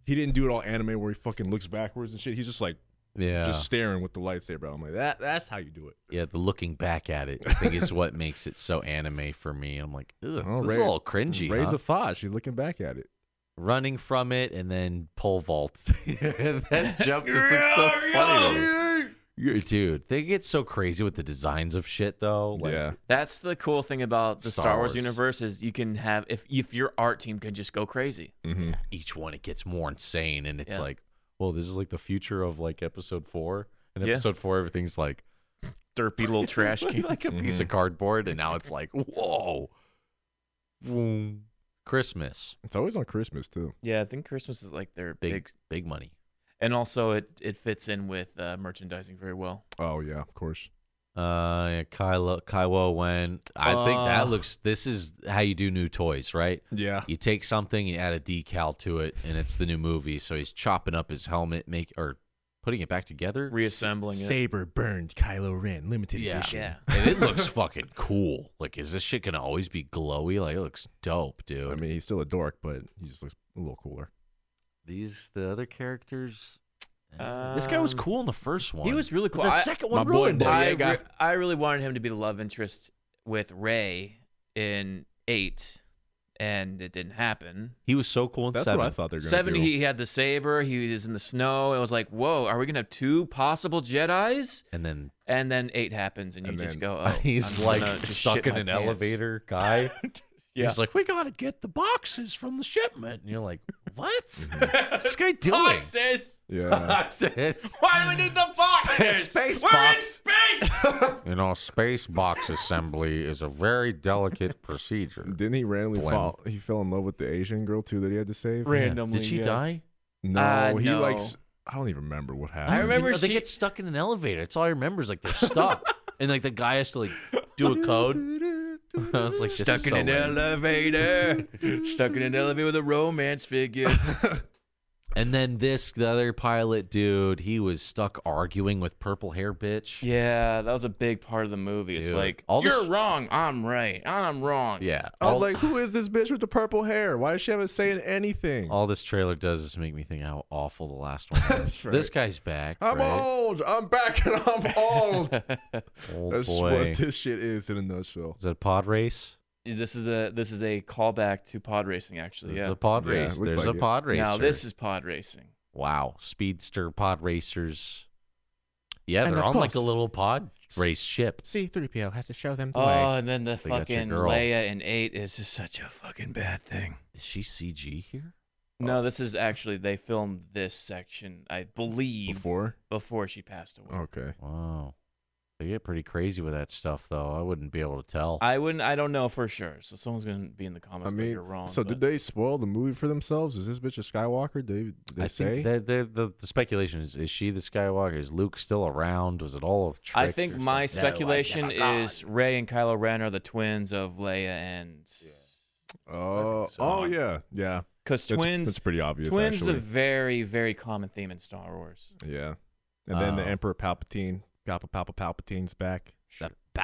He didn't do it all anime where he fucking looks backwards and shit. He's just like
yeah,
just staring with the lightsaber. I'm like, that that's how you do it.
yeah, the looking back at it, I think is what makes it so anime for me. I'm like, ugh,
Oh,
this is
Ray-
a little cringy.
Raise
huh?
a thought. She's looking back at it.
running from it and then pole vault. that jump just looks so funny. to me. Yeah, Dude, they get so crazy with the designs of shit though. Like,
yeah.
That's the cool thing about the Star,
Star
Wars.
Wars.
universe is you can have if if your art team can just go crazy.
Mm-hmm.
Each one it gets more insane and it's
Yeah.
like, well, this is like the future of like episode four. And
Yeah.
episode four, everything's like
Derpy little trash
like
can.
a piece
Mm-hmm.
of cardboard, and now it's like, whoa. Boom. Christmas.
It's always on Christmas too.
Yeah, I think Christmas is like their
Big
big,
big money.
and also it it fits in with uh, merchandising very well.
Oh yeah, of course.
Uh yeah, Kylo Kylo Wen. I think
Uh.
that looks this is how you do new toys, right?
Yeah.
You take something, you add a decal to it, and it's the new movie. So he's chopping up his helmet, make or putting it back together.
Reassembling it.
Saber burned Kylo Ren, limited
Yeah.
edition.
Yeah.
and it looks fucking cool. Like, is this shit gonna always be glowy? Like, it looks dope, dude.
I mean, he's still a dork, but he just looks a little cooler.
these the other characters. eh. this guy was
Um,
cool in the first one.
He was really cool.
The
I-
second one
my boy
ruined it.
I,
Boyega.
re- I really wanted him to be the love interest with Ray in eight, and it didn't happen.
He was so cool in
That's
seven.
what I thought they were gonna
Seven,
do.
he had the saber. He was in the snow. It was like, whoa, are we gonna have two possible Jedi's?
And then
And then eight happens, and you
And
just
then-
go, oh,
he's
I'm gonna
like
just
stuck
shit
in
my
an
pants.
elevator guy.
Yeah.
He's like, we gotta get the boxes from the shipment. And you're like, what?
Mm-hmm.
What's this guy doing?
Boxes.
Yeah.
Boxes.
Why do we need the boxes?
space
We're
box.
in space.
You know, space box assembly is a very delicate procedure.
Didn't he randomly
Blim.
fall? He fell in love with the Asian girl too that he had to save.
Did she die?
No,
Uh,
he
no.
likes. I don't even remember what happened.
I remember
they
she-
get stuck in an elevator. It's all I remember is like they're stuck, and like the guy has to like do a code. I was like, stuck in an elevator.
Stuck in an elevator with a romance figure.
And then this, the other pilot dude, he was stuck arguing with purple hair bitch.
Yeah, that was a big part of the movie. it's
Dude,
like
all this-
you're wrong, I'm right, I'm wrong.
Yeah.
I was
all,
like, who is this bitch with the purple hair? Why is she haven't saying anything?
all this trailer does is make me think how awful the last one was.
right.
This guy's back.
I'm
right?
old. I'm back and I'm old.
Oh,
Old
That's
Oh, boy.
what this shit is in a nutshell.
Is that a pod race?
This is a this is a callback to pod racing actually.
This
Yeah.
is a pod
Yeah,
race.
looks
There's
like
a
it.
pod race.
Now this is pod racing.
Wow, speedster pod racers. Yeah,
And
they're
of
on like a
course-
little pod race ship.
C3PO has to show them the
Oh, and then the
They got your
fucking
girl.
Leia in eight is just such a fucking bad thing.
Is she CG here?
No, this is actually they filmed this section, I believe, before,
Before?
she passed away.
Okay.
Wow, they get pretty crazy with that stuff, though. I wouldn't be able to tell.
I wouldn't. I don't know for sure. So someone's gonna be in the comments.
Oh. I
but
mean,
you're wrong.
so did
but-
they spoil the movie for themselves? Is this bitch a Skywalker? Did they, did they
I think
say?
that that- the, the speculation is: is she the Skywalker? Is Luke still around? Was it all a trick?
I think
or
my
something? No, I
speculation
never got
is Ray and Kylo Ren are the twins of Leia and
Oh, oh yeah, yeah.
because
That's,
twins
That's pretty obvious.
Twins is a
actually.
very, very common theme in Star Wars.
Yeah. And then the
Uh,
Oh.
Emperor Palpatine, Papa Papa Palpatine's back. That
Ah.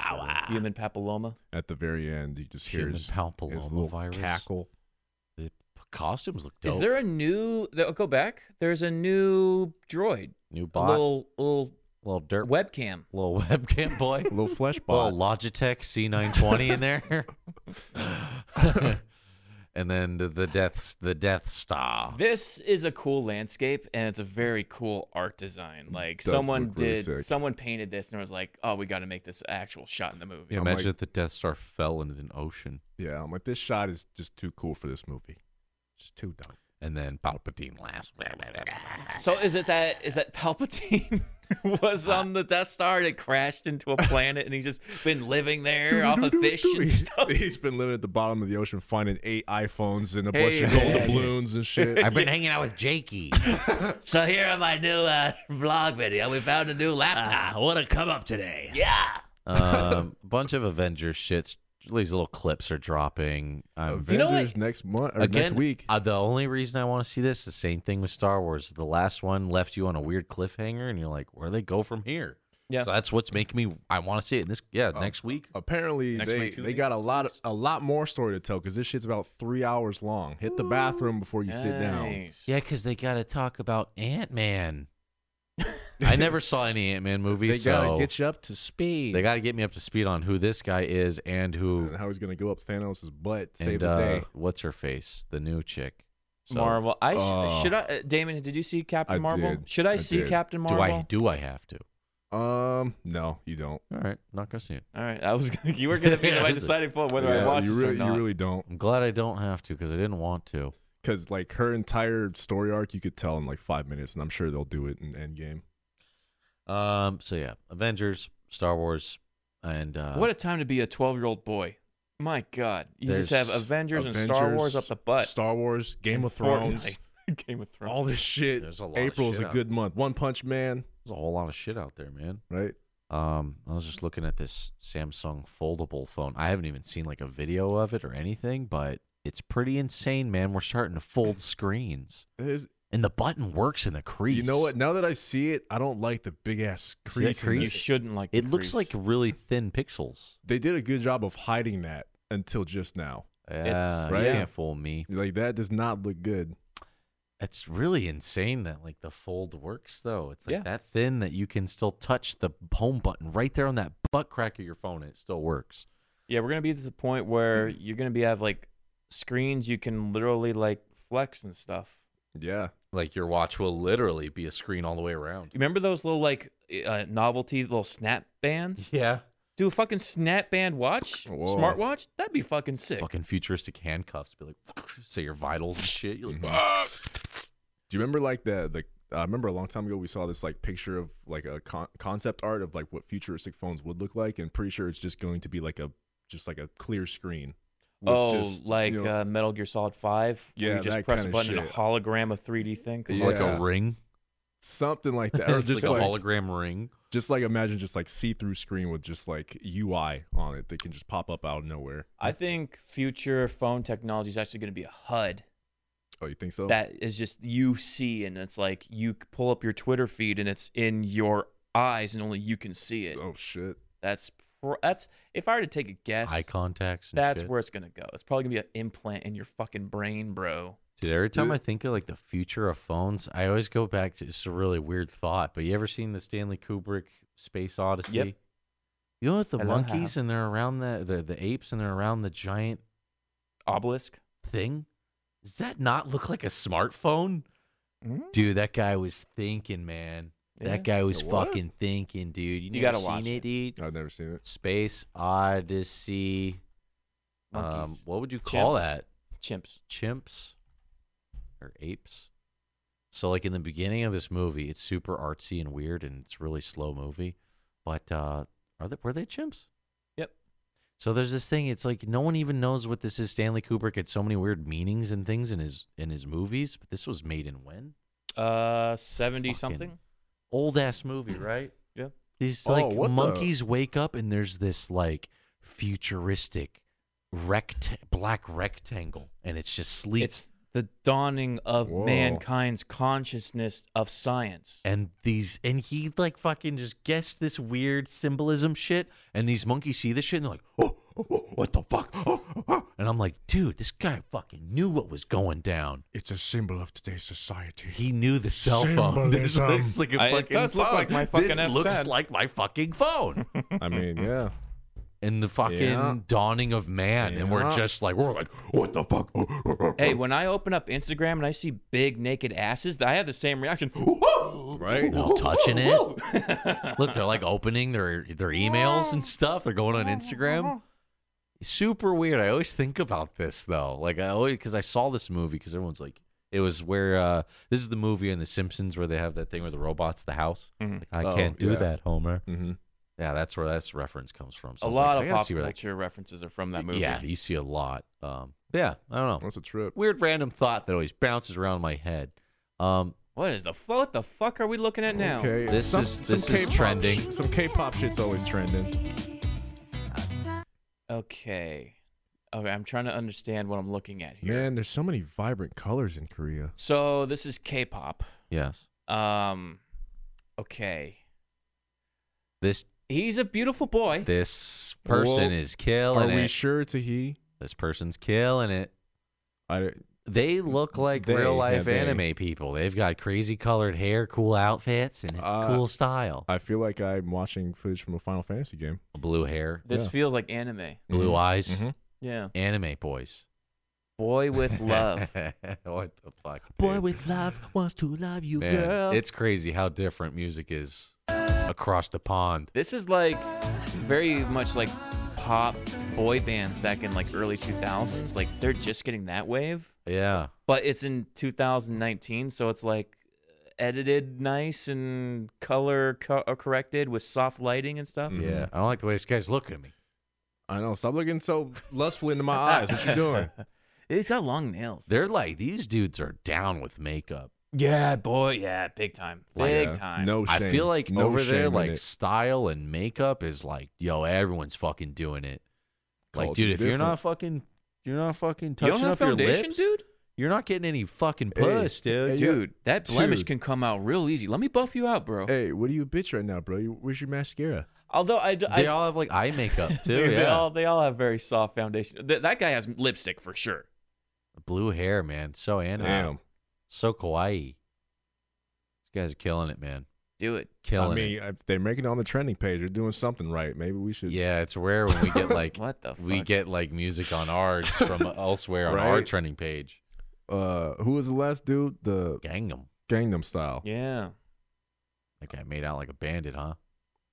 power.
Human papilloma.
At the very end, you just hear
Human
his, his
papilloma
little
virus?
cackle.
the costumes look dope.
Is there a new? th- oh, Go back. There's a new droid.
new
A
bot? Little,
little little
dirt,
webcam.
little webcam boy,
little flesh
little
ball.
Logitech C920 in there, and then the, the death the Death Star.
This is a cool landscape, and it's a very cool art design. Like
Mm, Does
someone
look really
did,
sick.
someone painted this, and was like, "Oh, we got to make this an actual shot in the movie."
Yeah, imagine if the Death Star fell into an ocean,
yeah, I'm like this shot is just too cool for this movie. Just too dumb.
and then Palpatine laughs.
So is it that is that Palpatine was on the Death Star that crashed into a planet, and he's just been living there off of fish and stuff?
He's been living at the bottom of the ocean, finding eight iPhones and a bunch
Hey,
of gold
man.
doubloons and shit.
I've been hanging out with Jakey.
So here on my new uh, vlog video, we found a new
Ah,
laptop.
what a come up today.
um, a bunch of Avengers shits. These little clips are dropping. Um,
Avengers
You know what?
next month or
again,
next week.
Uh, the only reason I want to see this, the same thing with Star Wars. The last one left you on a weird cliffhanger, and you're like, where do they go from here?
Yeah. Oh.
So that's what's making me. I want to see it. And this, yeah, next week.
Uh, Apparently,
Next
they
week, two
they got a lot of, a lot more story to tell because this shit's about three hours long. Hit the bathroom before you sit down.
Nice.
Yeah, because they got to talk about Ant Man. I never saw any Ant Man
They
movies,
gotta
so
get you up to speed.
they got to get me up to speed on who this guy is and who
and how he's gonna go up Thanos' butt, save
and
the
uh,
day.
what's her face, the new chick. So,
Marvel. I sh-
Oh.
should I, uh, Damon. Did you see Captain
I
Marvel?
did.
Should I,
I
see
did.
Captain
Do
Marvel?
I do I have to? uh,
Um, no, you don't.
All right, not gonna see it.
All right, I was. Gonna, you were gonna be
Yeah,
my
this is-
deciding point whether I
Yeah,
watch
you
this
really,
or not.
you really don't,
I'm glad I don't have to because I didn't want to.
because like her entire story arc, you could tell in like five minutes, and I'm sure they'll do it in Endgame.
Um. So yeah, Avengers, Star Wars, and uh,
what a time to be a twelve-year-old boy. My God, you just
There's
have Avengers, and Star Wars up the butt.
Star Wars, Game
and
of Thrones,
Fortnite. Game of Thrones.
all this shit.
There's a lot of
April's
shit
a
out
good month. One Punch Man,
there's a whole lot of shit out there, man.
right?
Um, I was just looking at this Samsung foldable phone. I haven't even seen like a video of it or anything, but it's pretty insane, man. We're starting to fold screens,
There's-
and the button works in the crease.
You know what? Now that I see it, I don't like the big ass
that
crease. in
you
crease?
this.
shouldn't like.
It
the
looks like
crease.
really thin pixels.
They did a good job of hiding that until just now.
Ah, Yeah,
Right?
you can't fool me.
Like that does not look good.
It's really insane that like the fold works though. It's like
Yeah.
that thin that you can still touch the home button right there on that butt crack of your phone, and it still works.
Yeah, we're gonna be to the point where
Mm.
you're gonna be have like screens you can literally like flex and stuff.
Yeah.
Like your watch will literally be a screen all the way around.
You remember those little like uh, novelty little snap bands?
Yeah.
Do a fucking snap band watch,
Whoa.
smartwatch? That'd be fucking sick.
Fucking futuristic handcuffs. Be like, say your vitals and shit. You're like,
Mhm. Do you remember like the the? I remember a long time ago we saw this like picture of like a con- concept art of like what futuristic phones would look like, and pretty sure it's just going to be like a just like a clear screen. with
oh,
just,
like
you know,
uh, Metal Gear Solid Five. where
Yeah,
you just
that
press a
kinda
button and a
shit.
hologram of 3D thing. comes
"It's
Yeah.
up.
like a ring.
something like that, or
It's
just
like,
like,
a hologram ring.
just like imagine just like see through screen with just like UI on it that can just pop up out of nowhere.
I think future phone technology is actually gonna be a HUD
Oh, you think so?
that is just you see, and it's like you c- pull up your Twitter feed and it's in your eyes, and only you can see it.
oh shit.
That's pr- that's if I were to take a guess,
Eye contacts and
that's
shit.
where it's gonna go. It's probably gonna be an implant in your fucking brain, bro.
Dude, every time I think of like the future of phones, I always go back to it's a really weird thought. But you ever seen the Stanley Kubrick Space Odyssey? You know, with the
Hello,
monkeys and they're around the, the the apes and they're around the giant
Obelisk.
thing. Does that not look like a smartphone? Dude, that guy was thinking, man.
Yeah.
That guy was
What?
fucking thinking, dude. You,
You
never
gotta watch
seen it,
it.
dude.
I've never seen it.
Space Odyssey. Um,
Monkeys.
what would you call
Chimps.
that?
Chimps.
Chimps or apes? So, like in the beginning of this movie, it's super artsy and weird, and it's really slow movie. But uh, are they were they chimps?
Yep.
So there's this thing. It's like no one even knows what this is. Stanley Kubrick had so many weird meanings and things in his in his movies. But this was made in when
Uh, seventy
Fucking-
something.
old ass movie, right?
Yeah.
These
Oh,
like
what the-
monkeys wake up and there's this like futuristic rect black rectangle, and it's just sleep.
It's the dawning of
Whoa.
mankind's consciousness of science.
and these and he like fucking just guessed this weird symbolism shit, and these monkeys see this shit and they're like, oh, what the fuck? Oh, And I'm like, dude, this guy fucking knew what was going down.
It's a symbol of today's society.
He knew the cell phone. This
Symbolism.
looks like a
I- it
fucking
does look
phone.
like my
This
fucking
looks
S10.
like my fucking phone.
I mean, yeah.
and the fucking
Yeah.
dawning of man. And we're
Yeah.
just like, we're like, what the fuck?
Hey, when I open up Instagram and I see big naked asses, I have the same reaction.
Right?
They're all touching it. Look, they're like opening their their emails and stuff. They're going on Instagram. Super weird. I always think about this though. Like I always because I saw this movie because everyone's like, it was where uh this is the movie in The Simpsons where they have that thing where the robots the house.
Mm-hmm.
Like, I
Oh,
can't do
yeah.
that, Homer.
Mm-hmm.
Yeah, that's where that's reference comes from. So
A
I was like,
lot
I
of
gotta
pop
see where that-
culture references are from that movie.
Yeah, you see a lot. Um, yeah, I don't know.
That's a trip.
Weird random thought that always bounces around my head. Um,
What is the fuck? What the fuck are we looking at now?
Okay.
This
some,
is-
some
this is
K-pop
trending.
sh- Some K-pop shit's always trending.
Okay. Okay, I'm trying to understand what I'm looking at here.
Man, there's so many vibrant colors in Korea.
So this is K-pop.
yes,
Um, okay.
this
He's a beautiful boy.
this person
Well,
is
Are
killing
we
it.
sure it's a he?
this person's killing it.
I,
They look like
They,
real
yeah,
life
they.
anime people. They've got crazy colored hair, cool outfits, and it's
Uh,
cool style.
I feel like I'm watching footage from a Final Fantasy game.
Blue hair,
This
Yeah.
feels like anime.
blue
Mhm.
eyes,
mm-hmm.
Mhm.
Yeah.
anime boys.
Boy with love.
what the fuck?
Boy
dude?
with love wants to love you,
Man,
girl.
It's crazy how different music is across the pond.
this is like very much like pop boy bands back in like early 2000s. Like they're just getting that wave,
Yeah.
but it's in 2019, so it's like edited nice and color co- uh, corrected with soft lighting and
Mm.
stuff.
Yeah.
Mm-hmm.
I don't like the way this guy's looking at me.
I know. Stop looking so lustfully into my eyes. What you doing?
He's got long nails.
They're like, these dudes are down with makeup.
yeah, boy, yeah, big time, big
Yeah.
time.
uh, No shame.
I feel like
no
over
shame
there,
in
like
it.
style and makeup is like, yo, everyone's fucking doing it. like,
Culture's
dude, if you're
different.
not fucking, you're not fucking
you
touching
don't have
up your
foundation,
lips,
dude.
You're not getting any fucking
Hey,
puss, dude.
hey,
dude,
Dude, that blemish
Dude.
can come out real easy. Let me buff you out, bro.
Hey, what are you a bitch right now, bro? You, where's your mascara?
Although I, d-
they
I-
all have like eye makeup too.
they,
yeah,
they all they all have very soft foundation. Th- that guy has lipstick for sure.
blue hair, man. So anime,
Damn.
so kawaii. These guys are killing it, man.
Do it.
Killing
I mean,
it.
if they're making it on the trending page. They're doing something right. Maybe we should.
Yeah, it's rare when we get like
What the fuck?
we get like music on ours from elsewhere on our
Right?
trending page.
Uh, who was the last dude? The
Gangnam.
Gangnam Style.
Yeah.
That guy made out like a bandit, huh?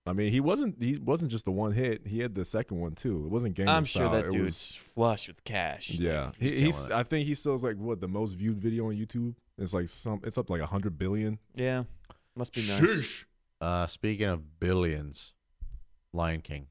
I mean, he wasn't. He wasn't just the one hit. He had the second one too. It wasn't Gangnam
I'm
Style.
sure that
it
dude's
was-
flush with cash.
yeah, he,
he's
he's.
killing
I think he still is like what the most viewed video on YouTube. It's like some. It's up to like hundred billion.
Yeah. Must be nice.
Uh, speaking of billions, Lion King.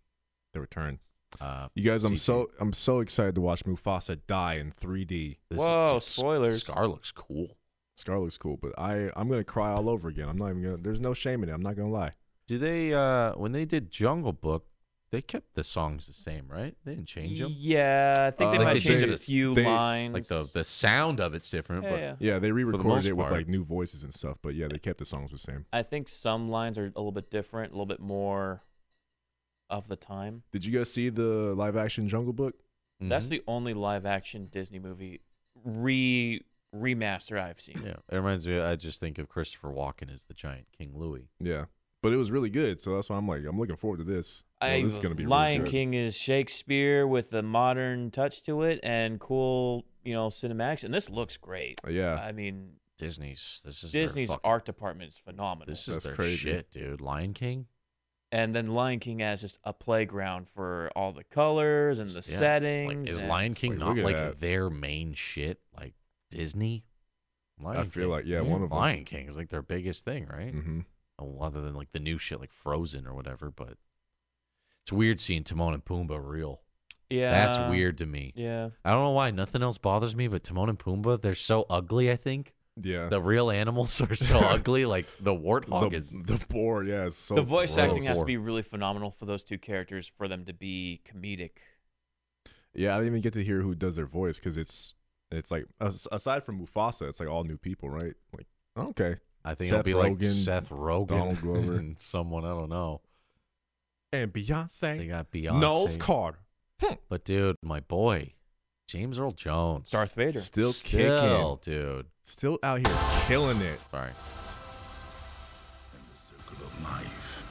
The return.
Uh,
You guys, I'm
CG.
so. I'm so excited to watch Mufasa die in 3D.
this
Whoa,
dude, S-
spoilers.
Scar looks cool.
Scar looks cool, but I. I'm gonna cry all over again. I'm not even gonna. There's no shame in it. I'm not gonna lie.
Do they? Uh, when they did Jungle Book, they kept the songs the same, right? They didn't change them.
Yeah, I think they
Uh,
might
like
change
they-
a few
they-
lines.
Like the the sound of it's different,
yeah,
but
yeah.
Yeah, they
most
re-recorded it with
part.
like new voices and stuff, but yeah, they kept the songs the same.
I think some lines are a little bit different, a little bit more of the time.
Did you guys see the live-action Jungle Book?
That's
Mhm.
the only live action Disney movie re remaster I've seen.
yeah. It reminds me. I just think of Christopher Walken as the giant King Louis.
Yeah, but it was really good, so that's why I'm like, I'm looking forward to this. Oh,
I,
this is gonna be really
Lion
good.
King is Shakespeare with a modern touch to it and cool, you know, cinematics. And this looks great.
Uh, Yeah,
I mean,
Disney's. This is their
Disney's
fucking-
art department is phenomenal.
This is
That's
their
crazy.
shit, dude. Lion King.
and then Lion King as just a playground for all the colors and the
Yeah.
settings.
Like, is
and-
Lion King
Wait,
not
look at
like
that.
their main shit? Like Disney. Lion
feel
King.
like, yeah, one of 'em.
Lion King is like their biggest thing, right?
hmm
Oh, other than like the new shit like Frozen or whatever, but it's weird seeing Timon and Pumbaa real.
Yeah,
That's weird to me.
Yeah,
I don't know why nothing else bothers me, but Timon and Pumbaa, they're so ugly, I think.
yeah.
The real animals are so ugly, like the warthog
Uh. the,
is
the boar, yeah, it's so
the voice
gross.
acting has to be really phenomenal for those two characters for them to be comedic.
Yeah, I didn't even get to hear who does their voice because it's it's like as- aside from Mufasa, it's like all new people, right? Like okay,
I think
Seth
it'll be like
Rogen,
Seth Rogen
Donald Glover.
and someone, I don't know.
and Beyonce,
They got Beyonce.
Knowles Carter,
But dude, my boy, James Earl Jones,
Darth Vader.
Still,
still,
kicking.
dude.
Still out here killing it.
Sorry,
of life.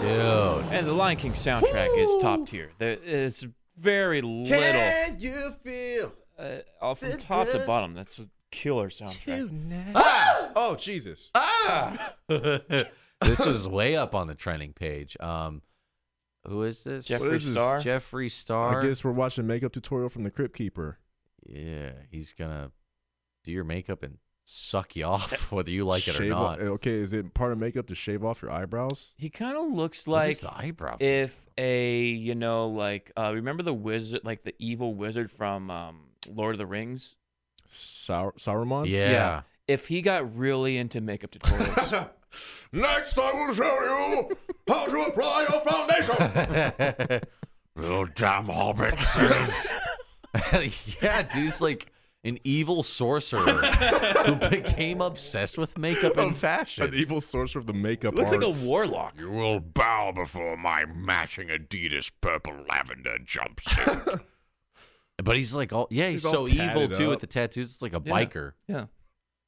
dude.
And the Lion King soundtrack is top tier. There, it's very little. Can you feel? Uh, all from top to bottom, that's a killer soundtrack.
Oh, Jesus.
this was way up on the trending page. Um, who is this?
Jeffrey
What is this?
Star.
Jeffree Star.
I guess we're watching a makeup tutorial from the Crypt Keeper.
Yeah, he's gonna do your makeup and suck you off, whether you like it or
Shave
not.
off- okay, is it part of makeup to shave off your eyebrows?
he kind of looks
What
like
is the eyebrow. thing?
if a you know like uh, remember the wizard like the evil wizard from um, Lord of the Rings.
Sau-
um,
Sauron?
yeah.
If he got really into makeup tutorials,
Next, I will show you how to apply your foundation.
Little damn hobbit. yeah, dude's like an evil sorcerer who became obsessed with makeup and
An
fashion.
evil sorcerer of the makeup
looks like
arts.
a warlock.
You will bow before my matching Adidas purple lavender jumpsuit.
But he's like all yeah, he's,
He's all
so evil
tatted
too with
up.
the tattoos. It's like a
Yeah.
biker.
Yeah.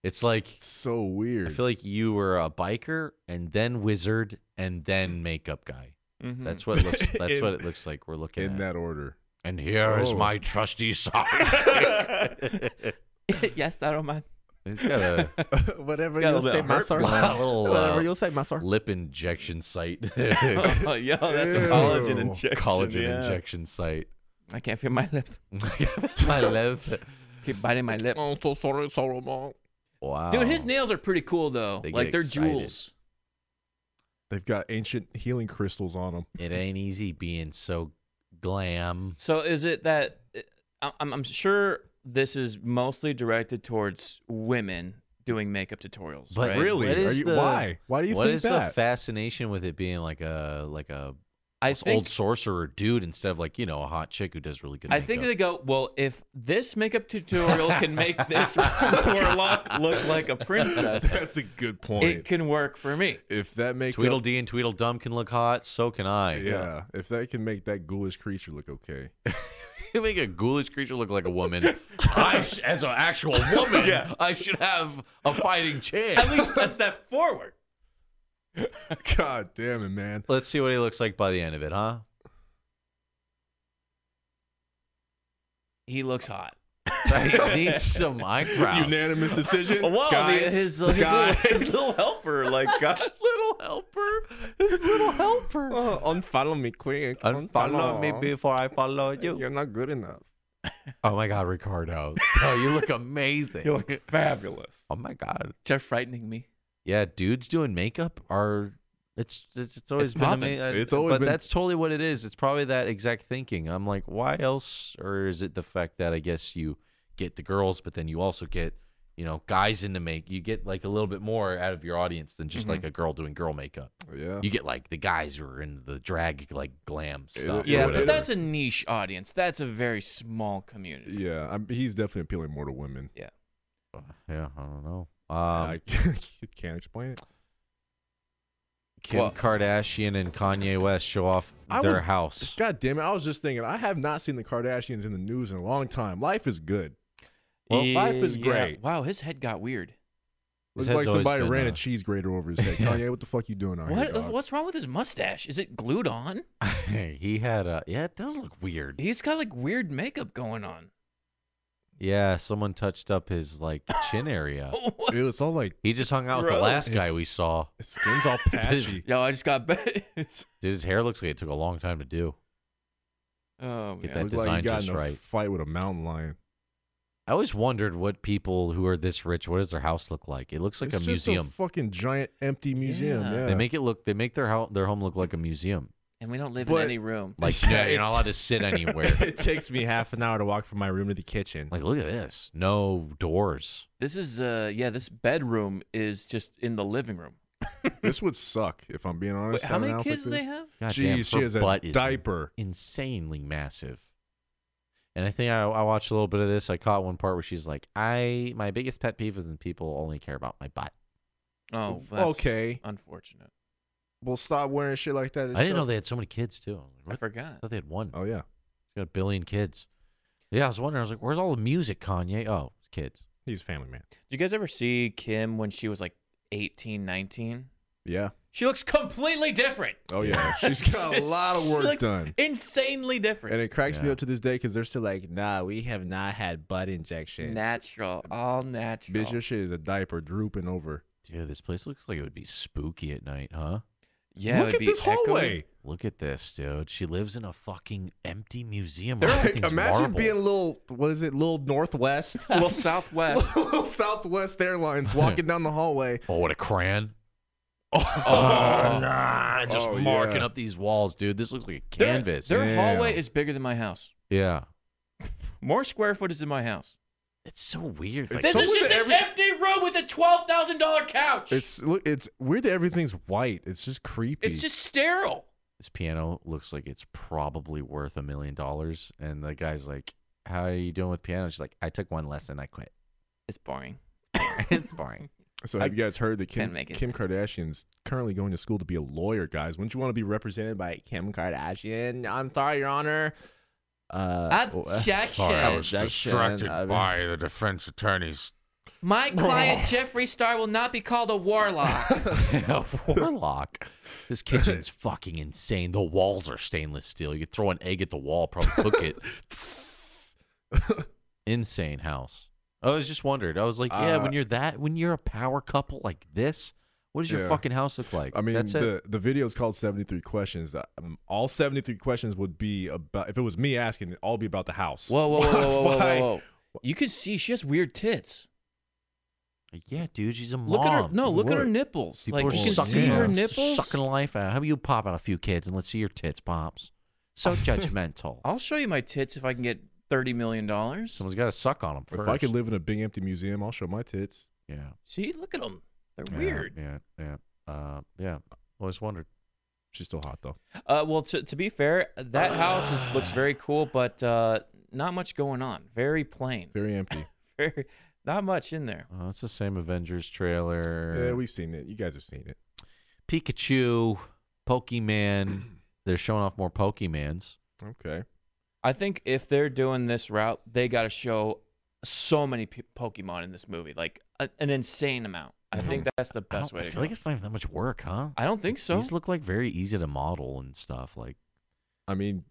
It's like
so weird.
I feel like you were a biker and then wizard and then makeup guy.
Mhm.
That's what it looks. That's
Hmm. In-
what it looks like. We're looking
in
at.
that order.
And here is
Oh.
my trusty side.
yes, I don't mind.
He's got a,
Whatever
It's got a
you
little
say,
bit of
master.
a little
Whatever
uh,
you say, master.
lip injection site,
oh, yo, that's a collagen
Ew.
injection.
collagen
yeah.
injection site.
I can't feel my lips.
I love.
Keep biting my
Oh.
lip.
I'm so sorry, Saruman.
Wow,
Dude, his nails are pretty cool though.
They get
like they're
excited.
jewels.
They've got ancient healing crystals on them.
It ain't easy being so glam.
So is it that I- I'm, I'm sure this is mostly directed towards women doing makeup tutorials,
But
right?
Really?
What
Are
is
you-
the-
why? Why do you
What
think
is
that?
the fascination with it being like a like a
I
old
think
sorcerer dude instead of like you know a hot chick who does really good?
I think
makeup?
they go well. If this makeup tutorial can make this warlock look like a princess,
That's a good point.
it can work for me.
if that makes
Tweedledee and Tweedledum can look hot. So can I.
yeah, if that can make that ghoulish creature look okay,
You make a ghoulish creature look like a woman. I, sh- as an actual woman, I should have a fighting chance.
At least a step forward.
God damn it, man!
Let's see what he looks like by the end of it, huh?
He looks hot.
he needs some eyebrows.
Unanimous decision.
Wow, the-
guys,
his, his, little,
guys.
his little helper, like got
little helper. His little helper.
Uh, unfollow me quick.
Unfollow me before I follow you.
You're not good enough.
Oh my God, Ricardo. Oh, you look amazing. you look
fabulous.
oh my God.
They're frightening me.
Yeah, dudes doing makeup are. It's it's, it's always been
poppin'.
amazing.
It's always
but
been-
that's totally what it is. It's probably that exact thinking. I'm like, why else? Or is it the fact that I guess you get the girls, but then you also get you know guys into make. You get like a little bit more out of your audience than just like a girl doing girl makeup.
yeah,
You get like the guys who are into the drag like glam stuff.
Yeah,
Yeah,
whatever.
but that's a niche audience. That's a very small community.
yeah. I'm, he's definitely appealing more to women.
yeah, I don't know. Um,
I can't explain it.
Kim
Well-
Kardashian and Kanye West show off
I
their
was-
house.
God damn it! I was just thinking. I have not seen the Kardashians in the news in a long time. Life is good. Well, life is great.
Wow, his head got weird.
His
Looks like
head's always
somebody
been,
ran a
uh,
cheese grater over his head. Kanye, what the fuck you doing out here?
What
dog?
what's wrong with his mustache? Is it glued on?
he had a yeah. It does look weird.
He's got like weird makeup going on.
Yeah, someone touched up his like chin area.
What?
Dude, it's all like
He just hung out with the last guy
Oh, Gross.
we saw.
his skin's all patchy.
Yo, I just got bit.
Dude, his hair looks like it took a long time to do.
oh
Get
man.
that
Looks
design
like he got
just
in a
right.
fight with a mountain lion.
I always wondered what people who are this rich, what does their house look like? It looks like a
it's just
museum.
a fucking giant empty museum.
Yeah.
Yeah,
They make it look. They make their house, their home look like a museum.
And we don't live
But-
in any room.
Like
Yeah,
yeah, you're not
it's-
allowed to sit anywhere.
it takes me half an hour to walk from my room to the kitchen.
like look at this. No doors.
This is uh yeah, this bedroom is just in the living room.
this would suck if I'm being honest.
Wait, how
having
many
an house like
kids do they
this.
have?
God damn,
Jeez, she
her
has a
butt is
diaper.
insanely massive. And I think I, I watched a little bit of this. I caught one part where she's like, "I my biggest pet peeve is when people only care about my butt."
Oh, that's
Okay.
Unfortunate.
Well, stop wearing shit like that.
I didn't know they had so many kids too. I was like,
I
"What?
forgot.
I thought they had one.
Oh yeah,
got a billion kids. Yeah, I was wondering. I was like, where's all the music, Kanye? Oh, it's kids.
He's a family man.
Did you guys ever see Kim when she was like 18, 19?
Yeah.
She looks completely different.
Oh yeah. She's got a lot of
She
work
looks
done.
Insanely
And
different.
it cracks me
Yeah.
up to this day because they're still like, nah, we have not had butt injections.
Natural, all natural.
Bitch, your shit is a diaper drooping over.
Dude, this place looks like it would be spooky at night, huh?
yeah,
Look
it'd
at
be
this
echoing.
hallway.
Look at this, dude. She lives in a fucking empty museum.
They're like,
Everything's
imagine
marble.
being little, what is it, little Northwest,
Little Southwest.
little Southwest Airlines walking down the hallway.
Oh, what a crayon! Ah, just
Oh,
marking
yeah.
up these walls, dude. This looks like a
Their-
canvas.
Their,
Damn.
hallway is bigger than my house.
yeah,
More square footage than my house.
it's so weird.
It's
Like,
This
so
is
weird
just
that every-
an empty room with a twelve thousand dollar couch. It's,
It's look, it's weird that everything's white. It's just creepy.
just sterile.
this piano looks like it's probably worth a million dollars, and the guy's like, "How are you doing with piano?" She's like, "I took one lesson, I quit.
It's boring.
it's boring."
so have you guys heard that Kim,
Can't make it
Kim Kardashian's currently going to school to be a lawyer, guys? Wouldn't you want to be represented by Kim Kardashian? I'm sorry, Your Honor. Uh,
Sorry, I was
Objection.
distracted
uh,
I was-
by the defense attorney's
My client Jeffree Star will not be called a warlock.
Warlock. This kitchen's fucking insane. The walls are stainless steel. You could throw an egg at the wall, probably cook it. insane house. I was just wondered. I was like, yeah,
Uh,
when you're that, when you're a power couple like this, what does your
Yeah.
fucking house look like?
I mean,
that's it.
the the video is called 73 questions. Um, all 73 questions would be about if it was me asking, it'd all be about the house.
whoa, whoa, whoa, whoa, whoa,
Why?
whoa, whoa! You can see she has weird tits.
Like, yeah, dude, she's a mom.
Look at her. No, look at her
Lord.
nipples.
People
like
are
you can
sucking
see her
ass,
nipples.
sucking life out. How about you pop out a few kids and let's see your tits, pops? So judgmental.
I'll show you my tits if I can get thirty million dollars.
Someone's got to suck on them
If
first.
I could live in a big empty museum, I'll show my tits.
yeah,
See, look at them. They're
yeah,
weird.
Yeah, yeah, uh, yeah. Always wondered.
She's still hot though.
Uh, well, to, to be fair, that house is, looks very cool, but uh, not much going on. Very plain.
Very empty.
Very, not much in there.
Oh, it's the same Avengers trailer.
yeah, we've seen it. You guys have seen it.
Pikachu, Pokemon. They're showing off more Pokemans.
Okay.
I think if they're doing this route, they got to show so many p- Pokemon in this movie, like a, an insane amount. I think that's the
I,
best
don't- I
way to
feel
go.
like it's not even that much work, huh?
I don't think so.
These look like very easy to model and stuff. Like
I mean,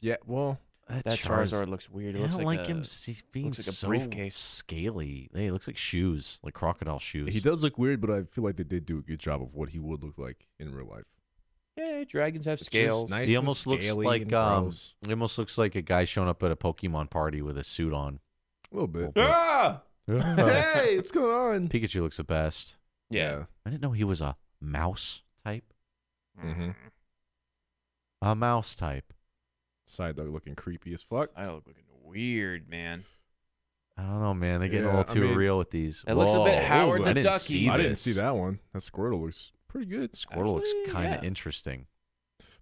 yeah. Well,
that,
That
Charz-
Charizard looks weird. It
I
looks
don't
like,
like,
a,
him s- being
looks like a
so
briefcase.
scaly. Hey, it looks like shoes, like crocodile shoes.
he does look weird, but I feel like they did do a good job of what he would look like in real life.
Yeah, dragons have
It's just
scales.
nice
He
and
almost looks
scaly
like
and
um,
gross.
he almost looks like a guy showing up at a Pokemon party with a suit on.
a little bit.
Ah!
hey, what's going on?
Pikachu looks the best.
Yeah.
I didn't know he was a mouse type.
Mm-hmm.
A mouse type.
Side dog looking creepy as fuck.
I look looking weird, man.
I don't know, man. They're getting a
Yeah,
little
I
too
mean-
real with these.
It looks a bit Howard
I
the
didn't
Ducky.
See
I didn't
this.
see that one. That Squirtle looks pretty good.
Squirtle looks
Actually,
kind of
yeah.
interesting.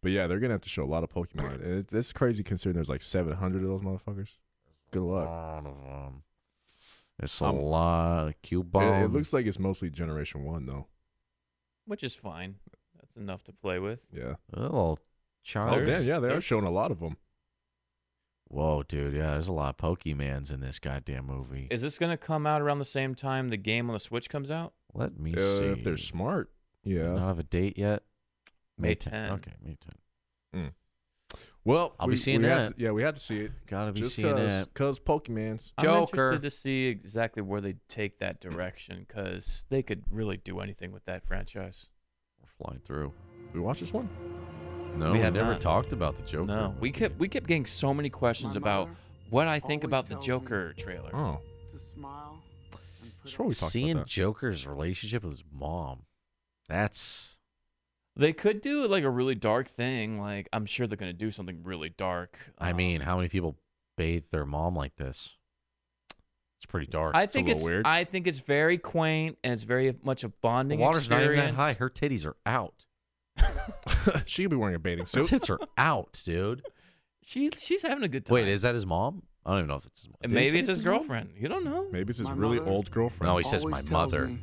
But yeah, they're gonna have to show a lot of Pokemon. And It, it's crazy considering there's like 700 of those motherfuckers. Good luck.
Lot of 'em. It's a
I'm-
lot of cute
Um, It,
bomb.
it looks like it's mostly Generation One though.
Which is fine. That's enough to play with.
Yeah.
a little
Oh
Charles.
damn, yeah, they are
there's-
showing a lot of them.
Whoa, dude. Yeah, there's a lot of Pokemans in this goddamn movie.
Is this gonna come out around the same time the game on the Switch comes out?
Let me
Uh,
see.
if they're smart,
Not
yeah.
have a date yet.
May 10.
Okay, May 10.
Well,
I'll be
we,
seeing
we have
that.
to- yeah, we have to see it.
Gotta be
Just
seeing that.
cause Pokemans.
I'm
Joker.
interested to see exactly where they take that direction because they could really do anything with that franchise.
We're flying through.
We watch this one.
No, we,
We have
never
not.
talked about the Joker.
No, we
movie.
kept we kept getting so many questions
My
about
mother
what I think
always
about the
tells me-
Joker trailer.
Oh,
to smile and put
That's what we talked
seeing
about. That.
Joker's relationship with his mom. That's
They could do like a really dark thing. Like I'm sure they're gonna do something really dark.
I
Um,
mean, how many people bathe their mom like this? It's pretty dark.
I think
little
it's,
weird.
I think it's very quaint and it's very much a
the
bonding.
water's
experience.
not even that high. Her titties are out.
She'll be wearing a bathing
Her
suit.
tits are out, dude.
She she's having a good time.
Wait, is that his mom? I don't even know if it's his mom.
And
Did he say
maybe it's his
mom?
girlfriend. You don't know.
Maybe it's his
My
really
mother-
old girlfriend.
No, he says
Always
my
tells
mother.
me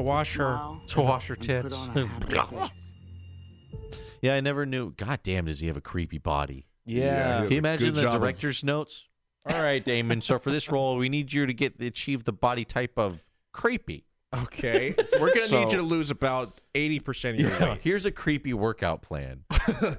wash
smile
To wash her
and put
tits.
on a happy face.
yeah, I never knew. God damn, does he have a creepy body?
Yeah.
Can you imagine
good
the
job of-
director's notes? All right, Damon. So for this role, we need you to get achieve the body type of creepy.
Okay. We're gonna
So-
need you to lose about eighty percent of your weight.
Here's a creepy workout plan: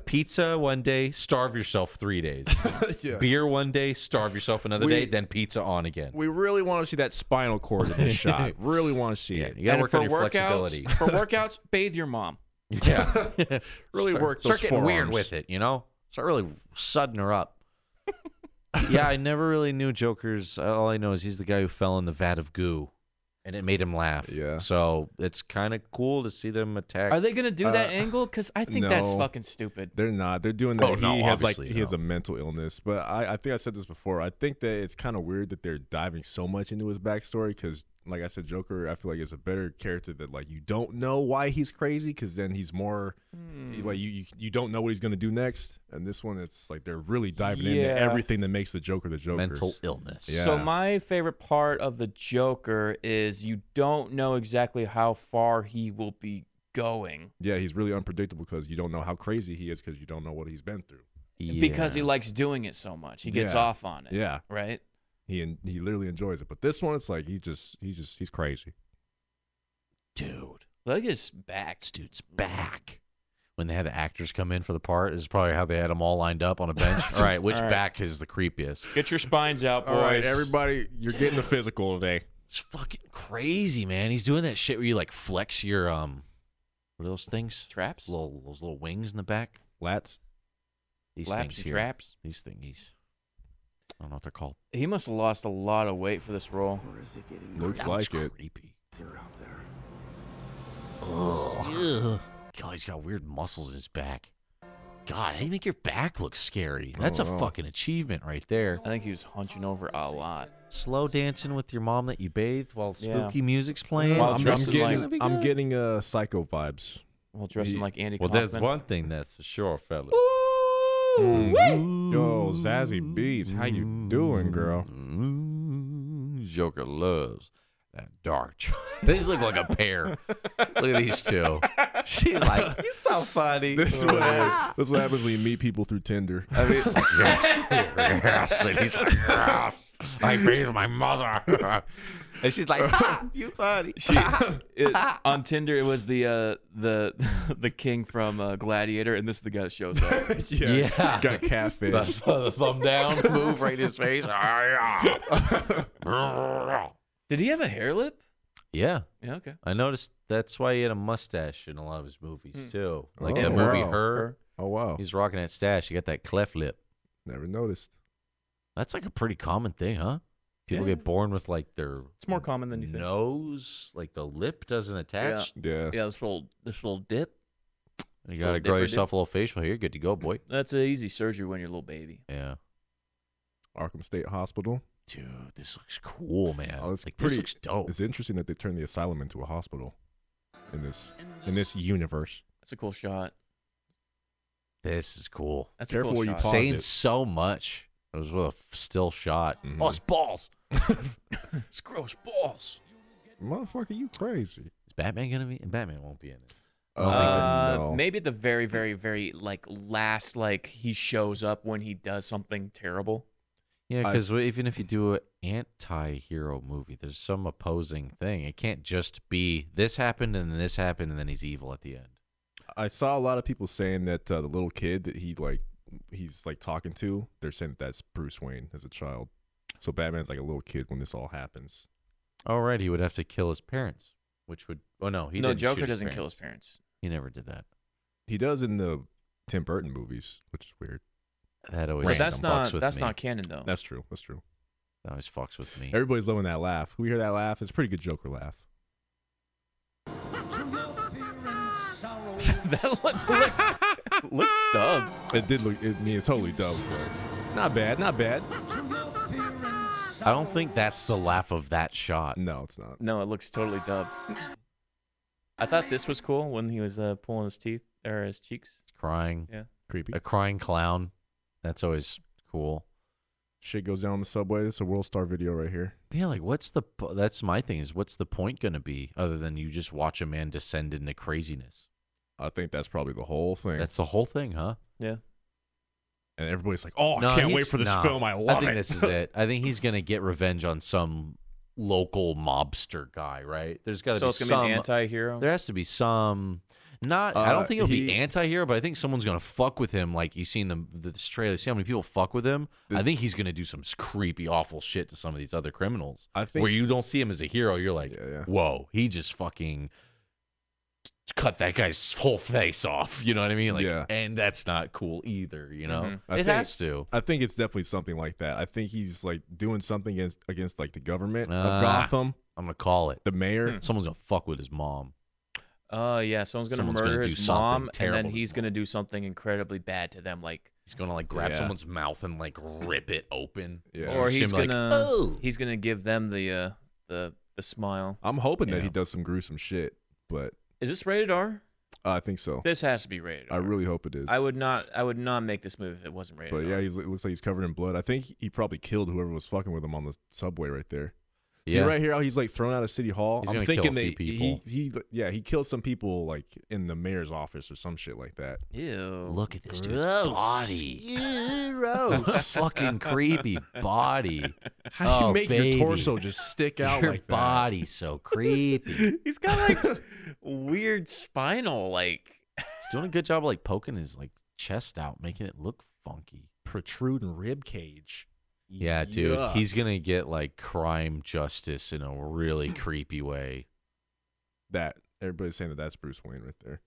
pizza one day, starve yourself three days. Beer one day, starve yourself another
We-
day, then pizza on again.
We really want to see that spinal cord in this shot. Really want to see it.
you gotta
And
work
for
on your
workouts,
flexibility.
for workouts, bathe your mom.
Yeah,
Really
start,
work those
start getting weird
forearms.
with it. You know, start really sudding her up. yeah, I never really knew Joker's. All I know is he's the guy who fell in the vat of goo, and it made him laugh.
Yeah.
So it's kind of cool to see them attack.
Are they gonna do that angle? Because I think that's
Uh, no.
fucking stupid.
They're not. They're doing that.
Oh,
he
no,
has like
obviously
he has
no.
a mental illness. But I, I think I said this before. I think that it's kind of weird that they're diving so much into his backstory because, like I said, Joker. I feel like is a better character that like you don't know why he's crazy because then he's more
Hmm.
you- like you, you you don't know what he's gonna do next. And this one, it's like they're really diving
Yeah.
into everything that makes the Joker the Joker.
mental illness.
Yeah.
So my favorite part of the Joker is you don't know exactly how far he will be going
Yeah, he's really unpredictable because you don't know how crazy he is because you don't know what he's been through.
because he
Yeah.
likes doing it so much. He gets
Yeah.
off on it.
Yeah,
Right.
he en- he literally enjoys it. But this one, it's like he just he just he's crazy.
dude.
Look at his back.
This dude's back. When they had the actors come in for the part, this is probably how they had them all lined up on a bench. all right, which
all right.
back is the creepiest?
Get your spines out, boys.
All right, everybody, you're getting a physical today.
It's fucking crazy, man. He's doing that shit where you like flex your um, what are those things?
Traps?
Little those little wings in the back.
Lats.
These
Laps
things
and
here.
traps.
These thingies. I don't know what they're called.
He must have lost a lot of weight for this role.
Or is it getting
Looks
crazier
like it.
Creepy.
out there?
Ugh. God, he's got weird muscles in his back. God, how you make your back look scary? That's a fucking achievement right there.
I think he was hunching over a lot.
Slow dancing with your mom that you bathed while
Yeah.
spooky music's playing.
While
I'm, I'm
dressed as
getting
like-
I'm getting uh psycho vibes.
Well, dressing like Andy
Well,
Kaufman.
there's one thing that's for sure, fellas. Mm.
Yo, Zazzy Beats, how you doing, girl?
Mm, Joker loves that dark. cho- these look like a pair. look at these two. She's like, you're so funny.
This is what happens, this is what happens when you meet people through Tinder.
I mean,
yes, and he's like, yes, I bathed my mother.
and she's like, ha, you funny.
She, it, on Tinder, it was the uh, the the king from uh, Gladiator, and this is the guy that shows up.
Yeah.
Got catfish.
the thumb down, move right in his face.
Did he have a hair lip?
Yeah,
Yeah, okay.
I noticed that's why he had a mustache in a lot of his movies
Hmm.
too. Like that
Oh,
movie
wow.
Her,
Oh wow.
he's rocking that stash. He got that cleft lip.
Never noticed.
That's like a pretty common thing, huh? People
Yeah.
get born with like their
It's more common than you think.
nose, like the lip doesn't attach.
Yeah.
Yeah, this little this little dip.
You gotta
Little
grow
dipper
yourself a little facial hair. Good to go, boy.
That's an easy surgery when you're a little baby.
Yeah,
Arkham State Hospital.
dude, this looks cool, man.
Oh, it's
like
pretty-
this looks dope.
It's interesting that they turned the asylum into a hospital in this in this universe.
That's a cool shot.
This is cool.
That's
Careful
a cool
where you
shot.
pause
Saying
it.
so much. It was with a f- still shot.
Mhm.
Oh, it's balls.
It's gross balls.
Motherfucker, you crazy.
Is Batman gonna be? Batman won't be in it.
Oh,
Uh,
no.
Maybe at the very, very, very like last, like he shows up when he does something terrible.
Yeah,
I-
because even if you do an anti-hero movie, there's some opposing thing. It can't just be this happened and then this happened and then he's evil at the end.
I saw a lot of people saying that uh, the little kid that he like he's like talking to, they're saying that that's Bruce Wayne as a child. So Batman's like a little kid when this all happens.
All right, he would have to kill his parents, which would. Oh no, he
no,
didn't shoot
Joker
his
doesn't
parents.
kill his parents.
He never did that.
He does in the Tim Burton movies, which is weird.
That always
But that's
fucks
not
with
that's
me.
not canon
Oh.
though.
That's true. That's true.
That always fucks with me.
Everybody's loving that laugh. We hear that laugh. It's a pretty good Joker laugh.
that looks look, look dubbed.
It did look. It, I mean, it's totally dumb, but not bad. Not bad.
I don't think that's the laugh of that shot.
No, it's not.
No, it looks totally dubbed. I thought this was cool when he was uh, pulling his teeth or his cheeks.
Crying,
Creepy.
a crying clown. That's always cool.
Shit goes down on the subway. This is a world star video right here.
Yeah, like what's the po- that's my thing is what's the point going to be other than you just watch a man descend into craziness?
I think that's probably the whole thing.
That's the whole thing, huh?
Yeah.
and everybody's like, "Oh, I
No,
can't wait
he's-
for this
no.
film. I
I
love
think
it."
this is it. I think he's gonna get revenge on some local mobster guy, right? There's got to
So
be
it's gonna
some.
be an anti-hero.
there has to be some. Not, I
Uh,
don't think it'll
he-
be anti-hero, but I think someone's gonna fuck with him. Like you seen the the this trailer, see how many people fuck with him. I think he's gonna do some s- creepy, awful shit to some of these other criminals.
I think-
where you don't see him as a hero, you're like,
Yeah, yeah.
whoa, he just fucking cut that guy's whole face off. You know what I mean? Like,
Yeah.
and that's not cool either. You know,
Mhm.
I
it
think-
has to.
I think it's definitely something like that. I think he's like doing something against against like the government
Ah.
of Gotham,
I'm gonna call it.
the
Hmm.
mayor.
Someone's gonna fuck with his mom.
Oh yeah, someone's gonna
Someone's gonna
murder
do
his
something
mom, and
terrible
then
to his
he's gonna
mom.
do something incredibly bad to them. Like,
He's gonna like grab
Yeah.
someone's mouth and like rip it open.
Yeah.
or
It's
he's
gonna
gonna
be like, "Oh."
he's gonna give them the uh, the the smile.
I'm hoping that
Yeah.
he does some gruesome shit, but
Is this rated R?
uh, I think so.
This has to be rated
I
R.
really hope it is.
I would not. I would not make this movie if it wasn't rated.
But yeah,
R.
he's, it looks like he's covered in blood. I think he probably killed whoever was fucking with him on the subway right there. See
Yeah.
right here, how he's like thrown out of City Hall.
He's
I'm
gonna kill
thinking
a few
they he,
people.
he yeah he killed some people like in the mayor's office or some shit like that.
Ew.
Look at this dude's body.
Oh,
Fucking creepy body.
How do you
Oh,
make
baby.
your torso just stick out
Your
like that?
body's so creepy. He's
He's got like weird spinal. Like
doing a good job of like poking his like chest out, making it look funky.
protruding rib cage?
Yeah, dude.
Yuck.
He's gonna get like crime justice in a really creepy way.
that everybody's saying that that's Bruce Wayne right there.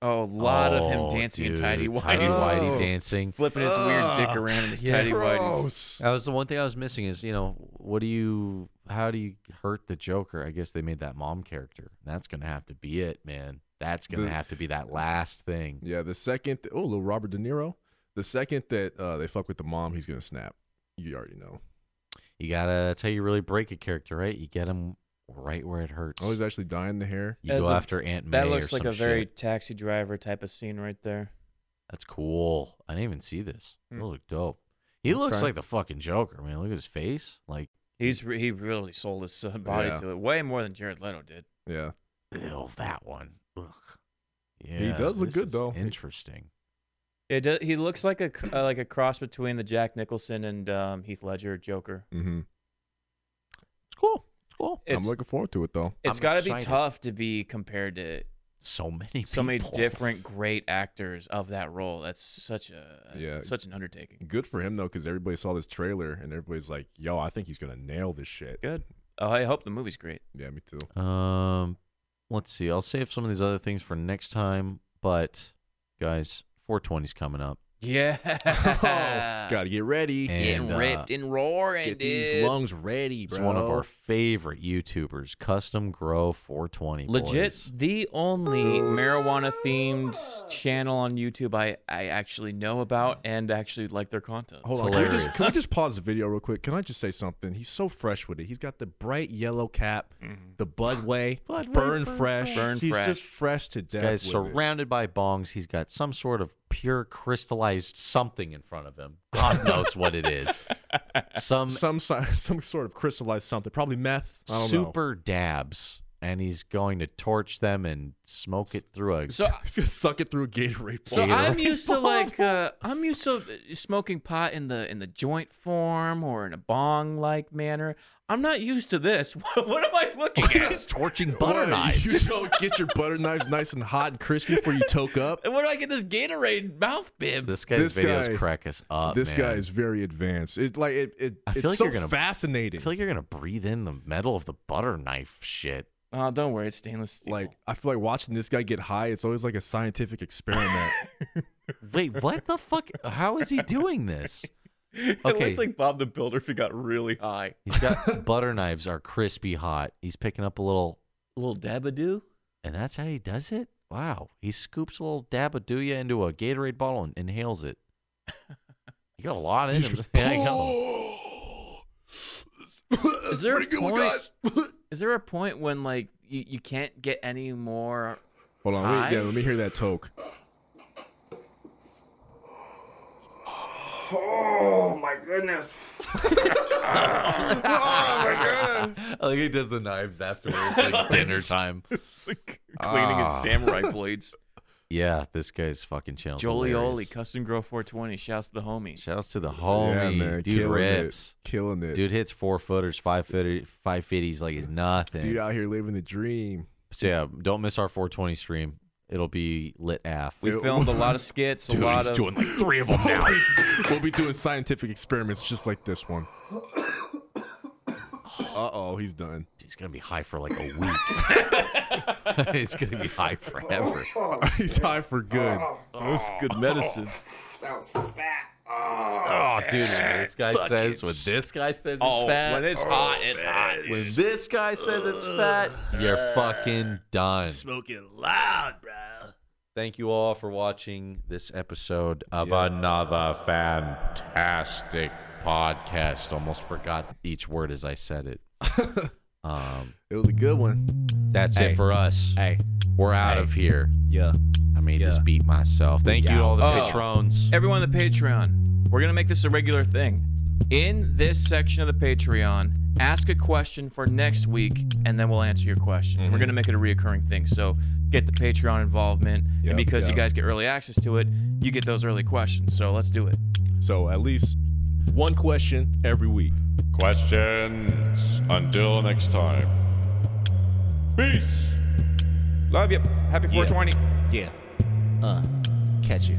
oh, a lot of
Oh,
him dancing and
dude,
tidy whities,
Tidy whitey
Oh.
dancing.
flipping his weird dick around in his tidy whities.
That was the one thing I was missing is, you know, what do you how do you hurt the Joker? I guess they made that mom character. That's gonna have to be it, man. That's gonna
The-
have to be that last thing.
Yeah, the second oh little Robert De Niro, the second that uh, they fuck with the mom, he's gonna snap. You already know.
You gotta that's how you really break a character, right? You get him right where it hurts.
Oh, he's actually dyeing the hair.
you
As
go
a-
after Aunt May.
That looks
or
like
some
a very
shit.
taxi driver type of scene right there.
That's cool. I didn't even see this. It
Hmm.
looked dope. He looks
Okay.
like the fucking Joker, man. Look at his face. Like
He's re- he really sold his uh, body
Yeah.
to it way more than Jared Leto did.
Yeah,
ew, that one. Ugh. Yeah,
does look
this
good,
is
though.
Interesting.
It do, he looks like a c- uh, like a cross between the Jack Nicholson and um, Heath Ledger Joker.
mm-hmm.
It's cool. It's cool.
I'm
It's
looking forward to it though.
it's
I'm
got to be
excited.
tough to be compared to
So many
so many
people.
different great actors of that role. That's such a
Yeah.
such an undertaking.
Good for him though, because everybody saw this trailer and everybody's like, "Yo, I think he's gonna nail this shit."
Good. Oh, I hope the movie's great.
Yeah, me too.
Um, let's see. I'll save some of these other things for next time. But guys, 420's coming up.
Yeah.
Oh, Gotta get ready.
And, uh,
and roaring,
Get these lungs ready,
it's
bro.
one of our favorite YouTubers, Custom Grow 420.
Legit,
boys.
the only marijuana themed channel on YouTube I, I actually know about and actually like their content.
Hold
It's
on, can we, just,
hilarious.
can we just pause the video real quick? Can I just say something? He's so fresh with it. He's got the bright yellow cap,
Mm-hmm.
the Budway,
Budweiser, burn
burn, fresh.
fresh.
He's
Burn
just fresh to death.
Guy's
with it.
surrounded by bongs. He's got some sort of pure crystallized something in front of him. God knows what it is. Some
some si- some sort of crystallized something, probably meth. I don't know.
super dabs, and he's going to torch them and smoke it through a
So
He's gonna suck it through a Gatorade.
so
bottle.
I'm used to like uh, I'm used to smoking pot in the in the joint form or in a bong like manner. I'm not used to this. What, what am I looking at?
torching
What,
butter knives.
You don't get your butter knives nice and hot and crispy before you toke up.
And Where do I get this Gatorade mouth bib?
This guy's
This
videos
guy-
crack us up.
this
man.
guy is very advanced. It like it. it
I feel
it's
like
so
you're gonna- I
fascinating.
feel like you're gonna breathe in the metal of the butter knife shit.
Oh, don't worry, it's stainless steel.
like I feel like watching this guy get high. It's always like a scientific experiment.
Wait, what the fuck? How is he doing this?
it
okay.
looks like Bob the Builder if he got really high.
He's got butter knives are crispy hot. He's picking up a little,
little dabadoo.
and that's how he does it. Wow, he scoops a little dab of Duya into a Gatorade bottle and inhales it. He got a lot in him. Yeah, he got a-
Is there a point? is there a point when like you, you can't get any more?
Hold on, wait,
High?
yeah, let me hear that toke.
Oh my goodness.
I think he does the knives afterwards, like dinner time.
Cleaning his samurai blades.
Yeah, this guy's fucking channel.
Jolioli, Custom Grow 420. Shouts to the homie.
Shouts to the homie.
man,
Dude
killing
rips.
it, killing it.
Dude hits four footers, five footer, five fifties like it's nothing.
Dude out here living the dream.
so yeah, don't miss our 420 stream. It'll be lit af.
We filmed a lot of skits, a lot of
doing like three of them now.
We'll be doing scientific experiments just like this one. Uh oh, he's done.
He's gonna be high for like a week. He's gonna be high forever.
he's high for good.
That's good medicine.
That was fat.
Oh,
Oh.
dude, when this guy says what this guy says
Oh,
it's fat.
when it's hot, it's hot.
when this guy says it's fat, you're fucking done.
Smoking loud, bro.
Thank you all for watching this episode of another fantastic podcast. Almost forgot each word as I said it. um,
It was a good one.
that's
Hey.
it for us.
Hey,
We're out
Hey.
of here.
yeah.
I made this
Yeah.
beat myself. Thank you, all the
Oh.
patrons.
Everyone on the Patreon, we're gonna make this a regular thing. In this section of the Patreon, ask a question for next week, and then we'll answer your question. We're gonna make it a reoccurring thing. So get the Patreon involvement, and because you guys get early access to it, you get those early questions. So let's do it.
So at least one question every week.
Questions. Until next time. Peace.
Love you. Happy 420.
Yeah. Uh, catch you.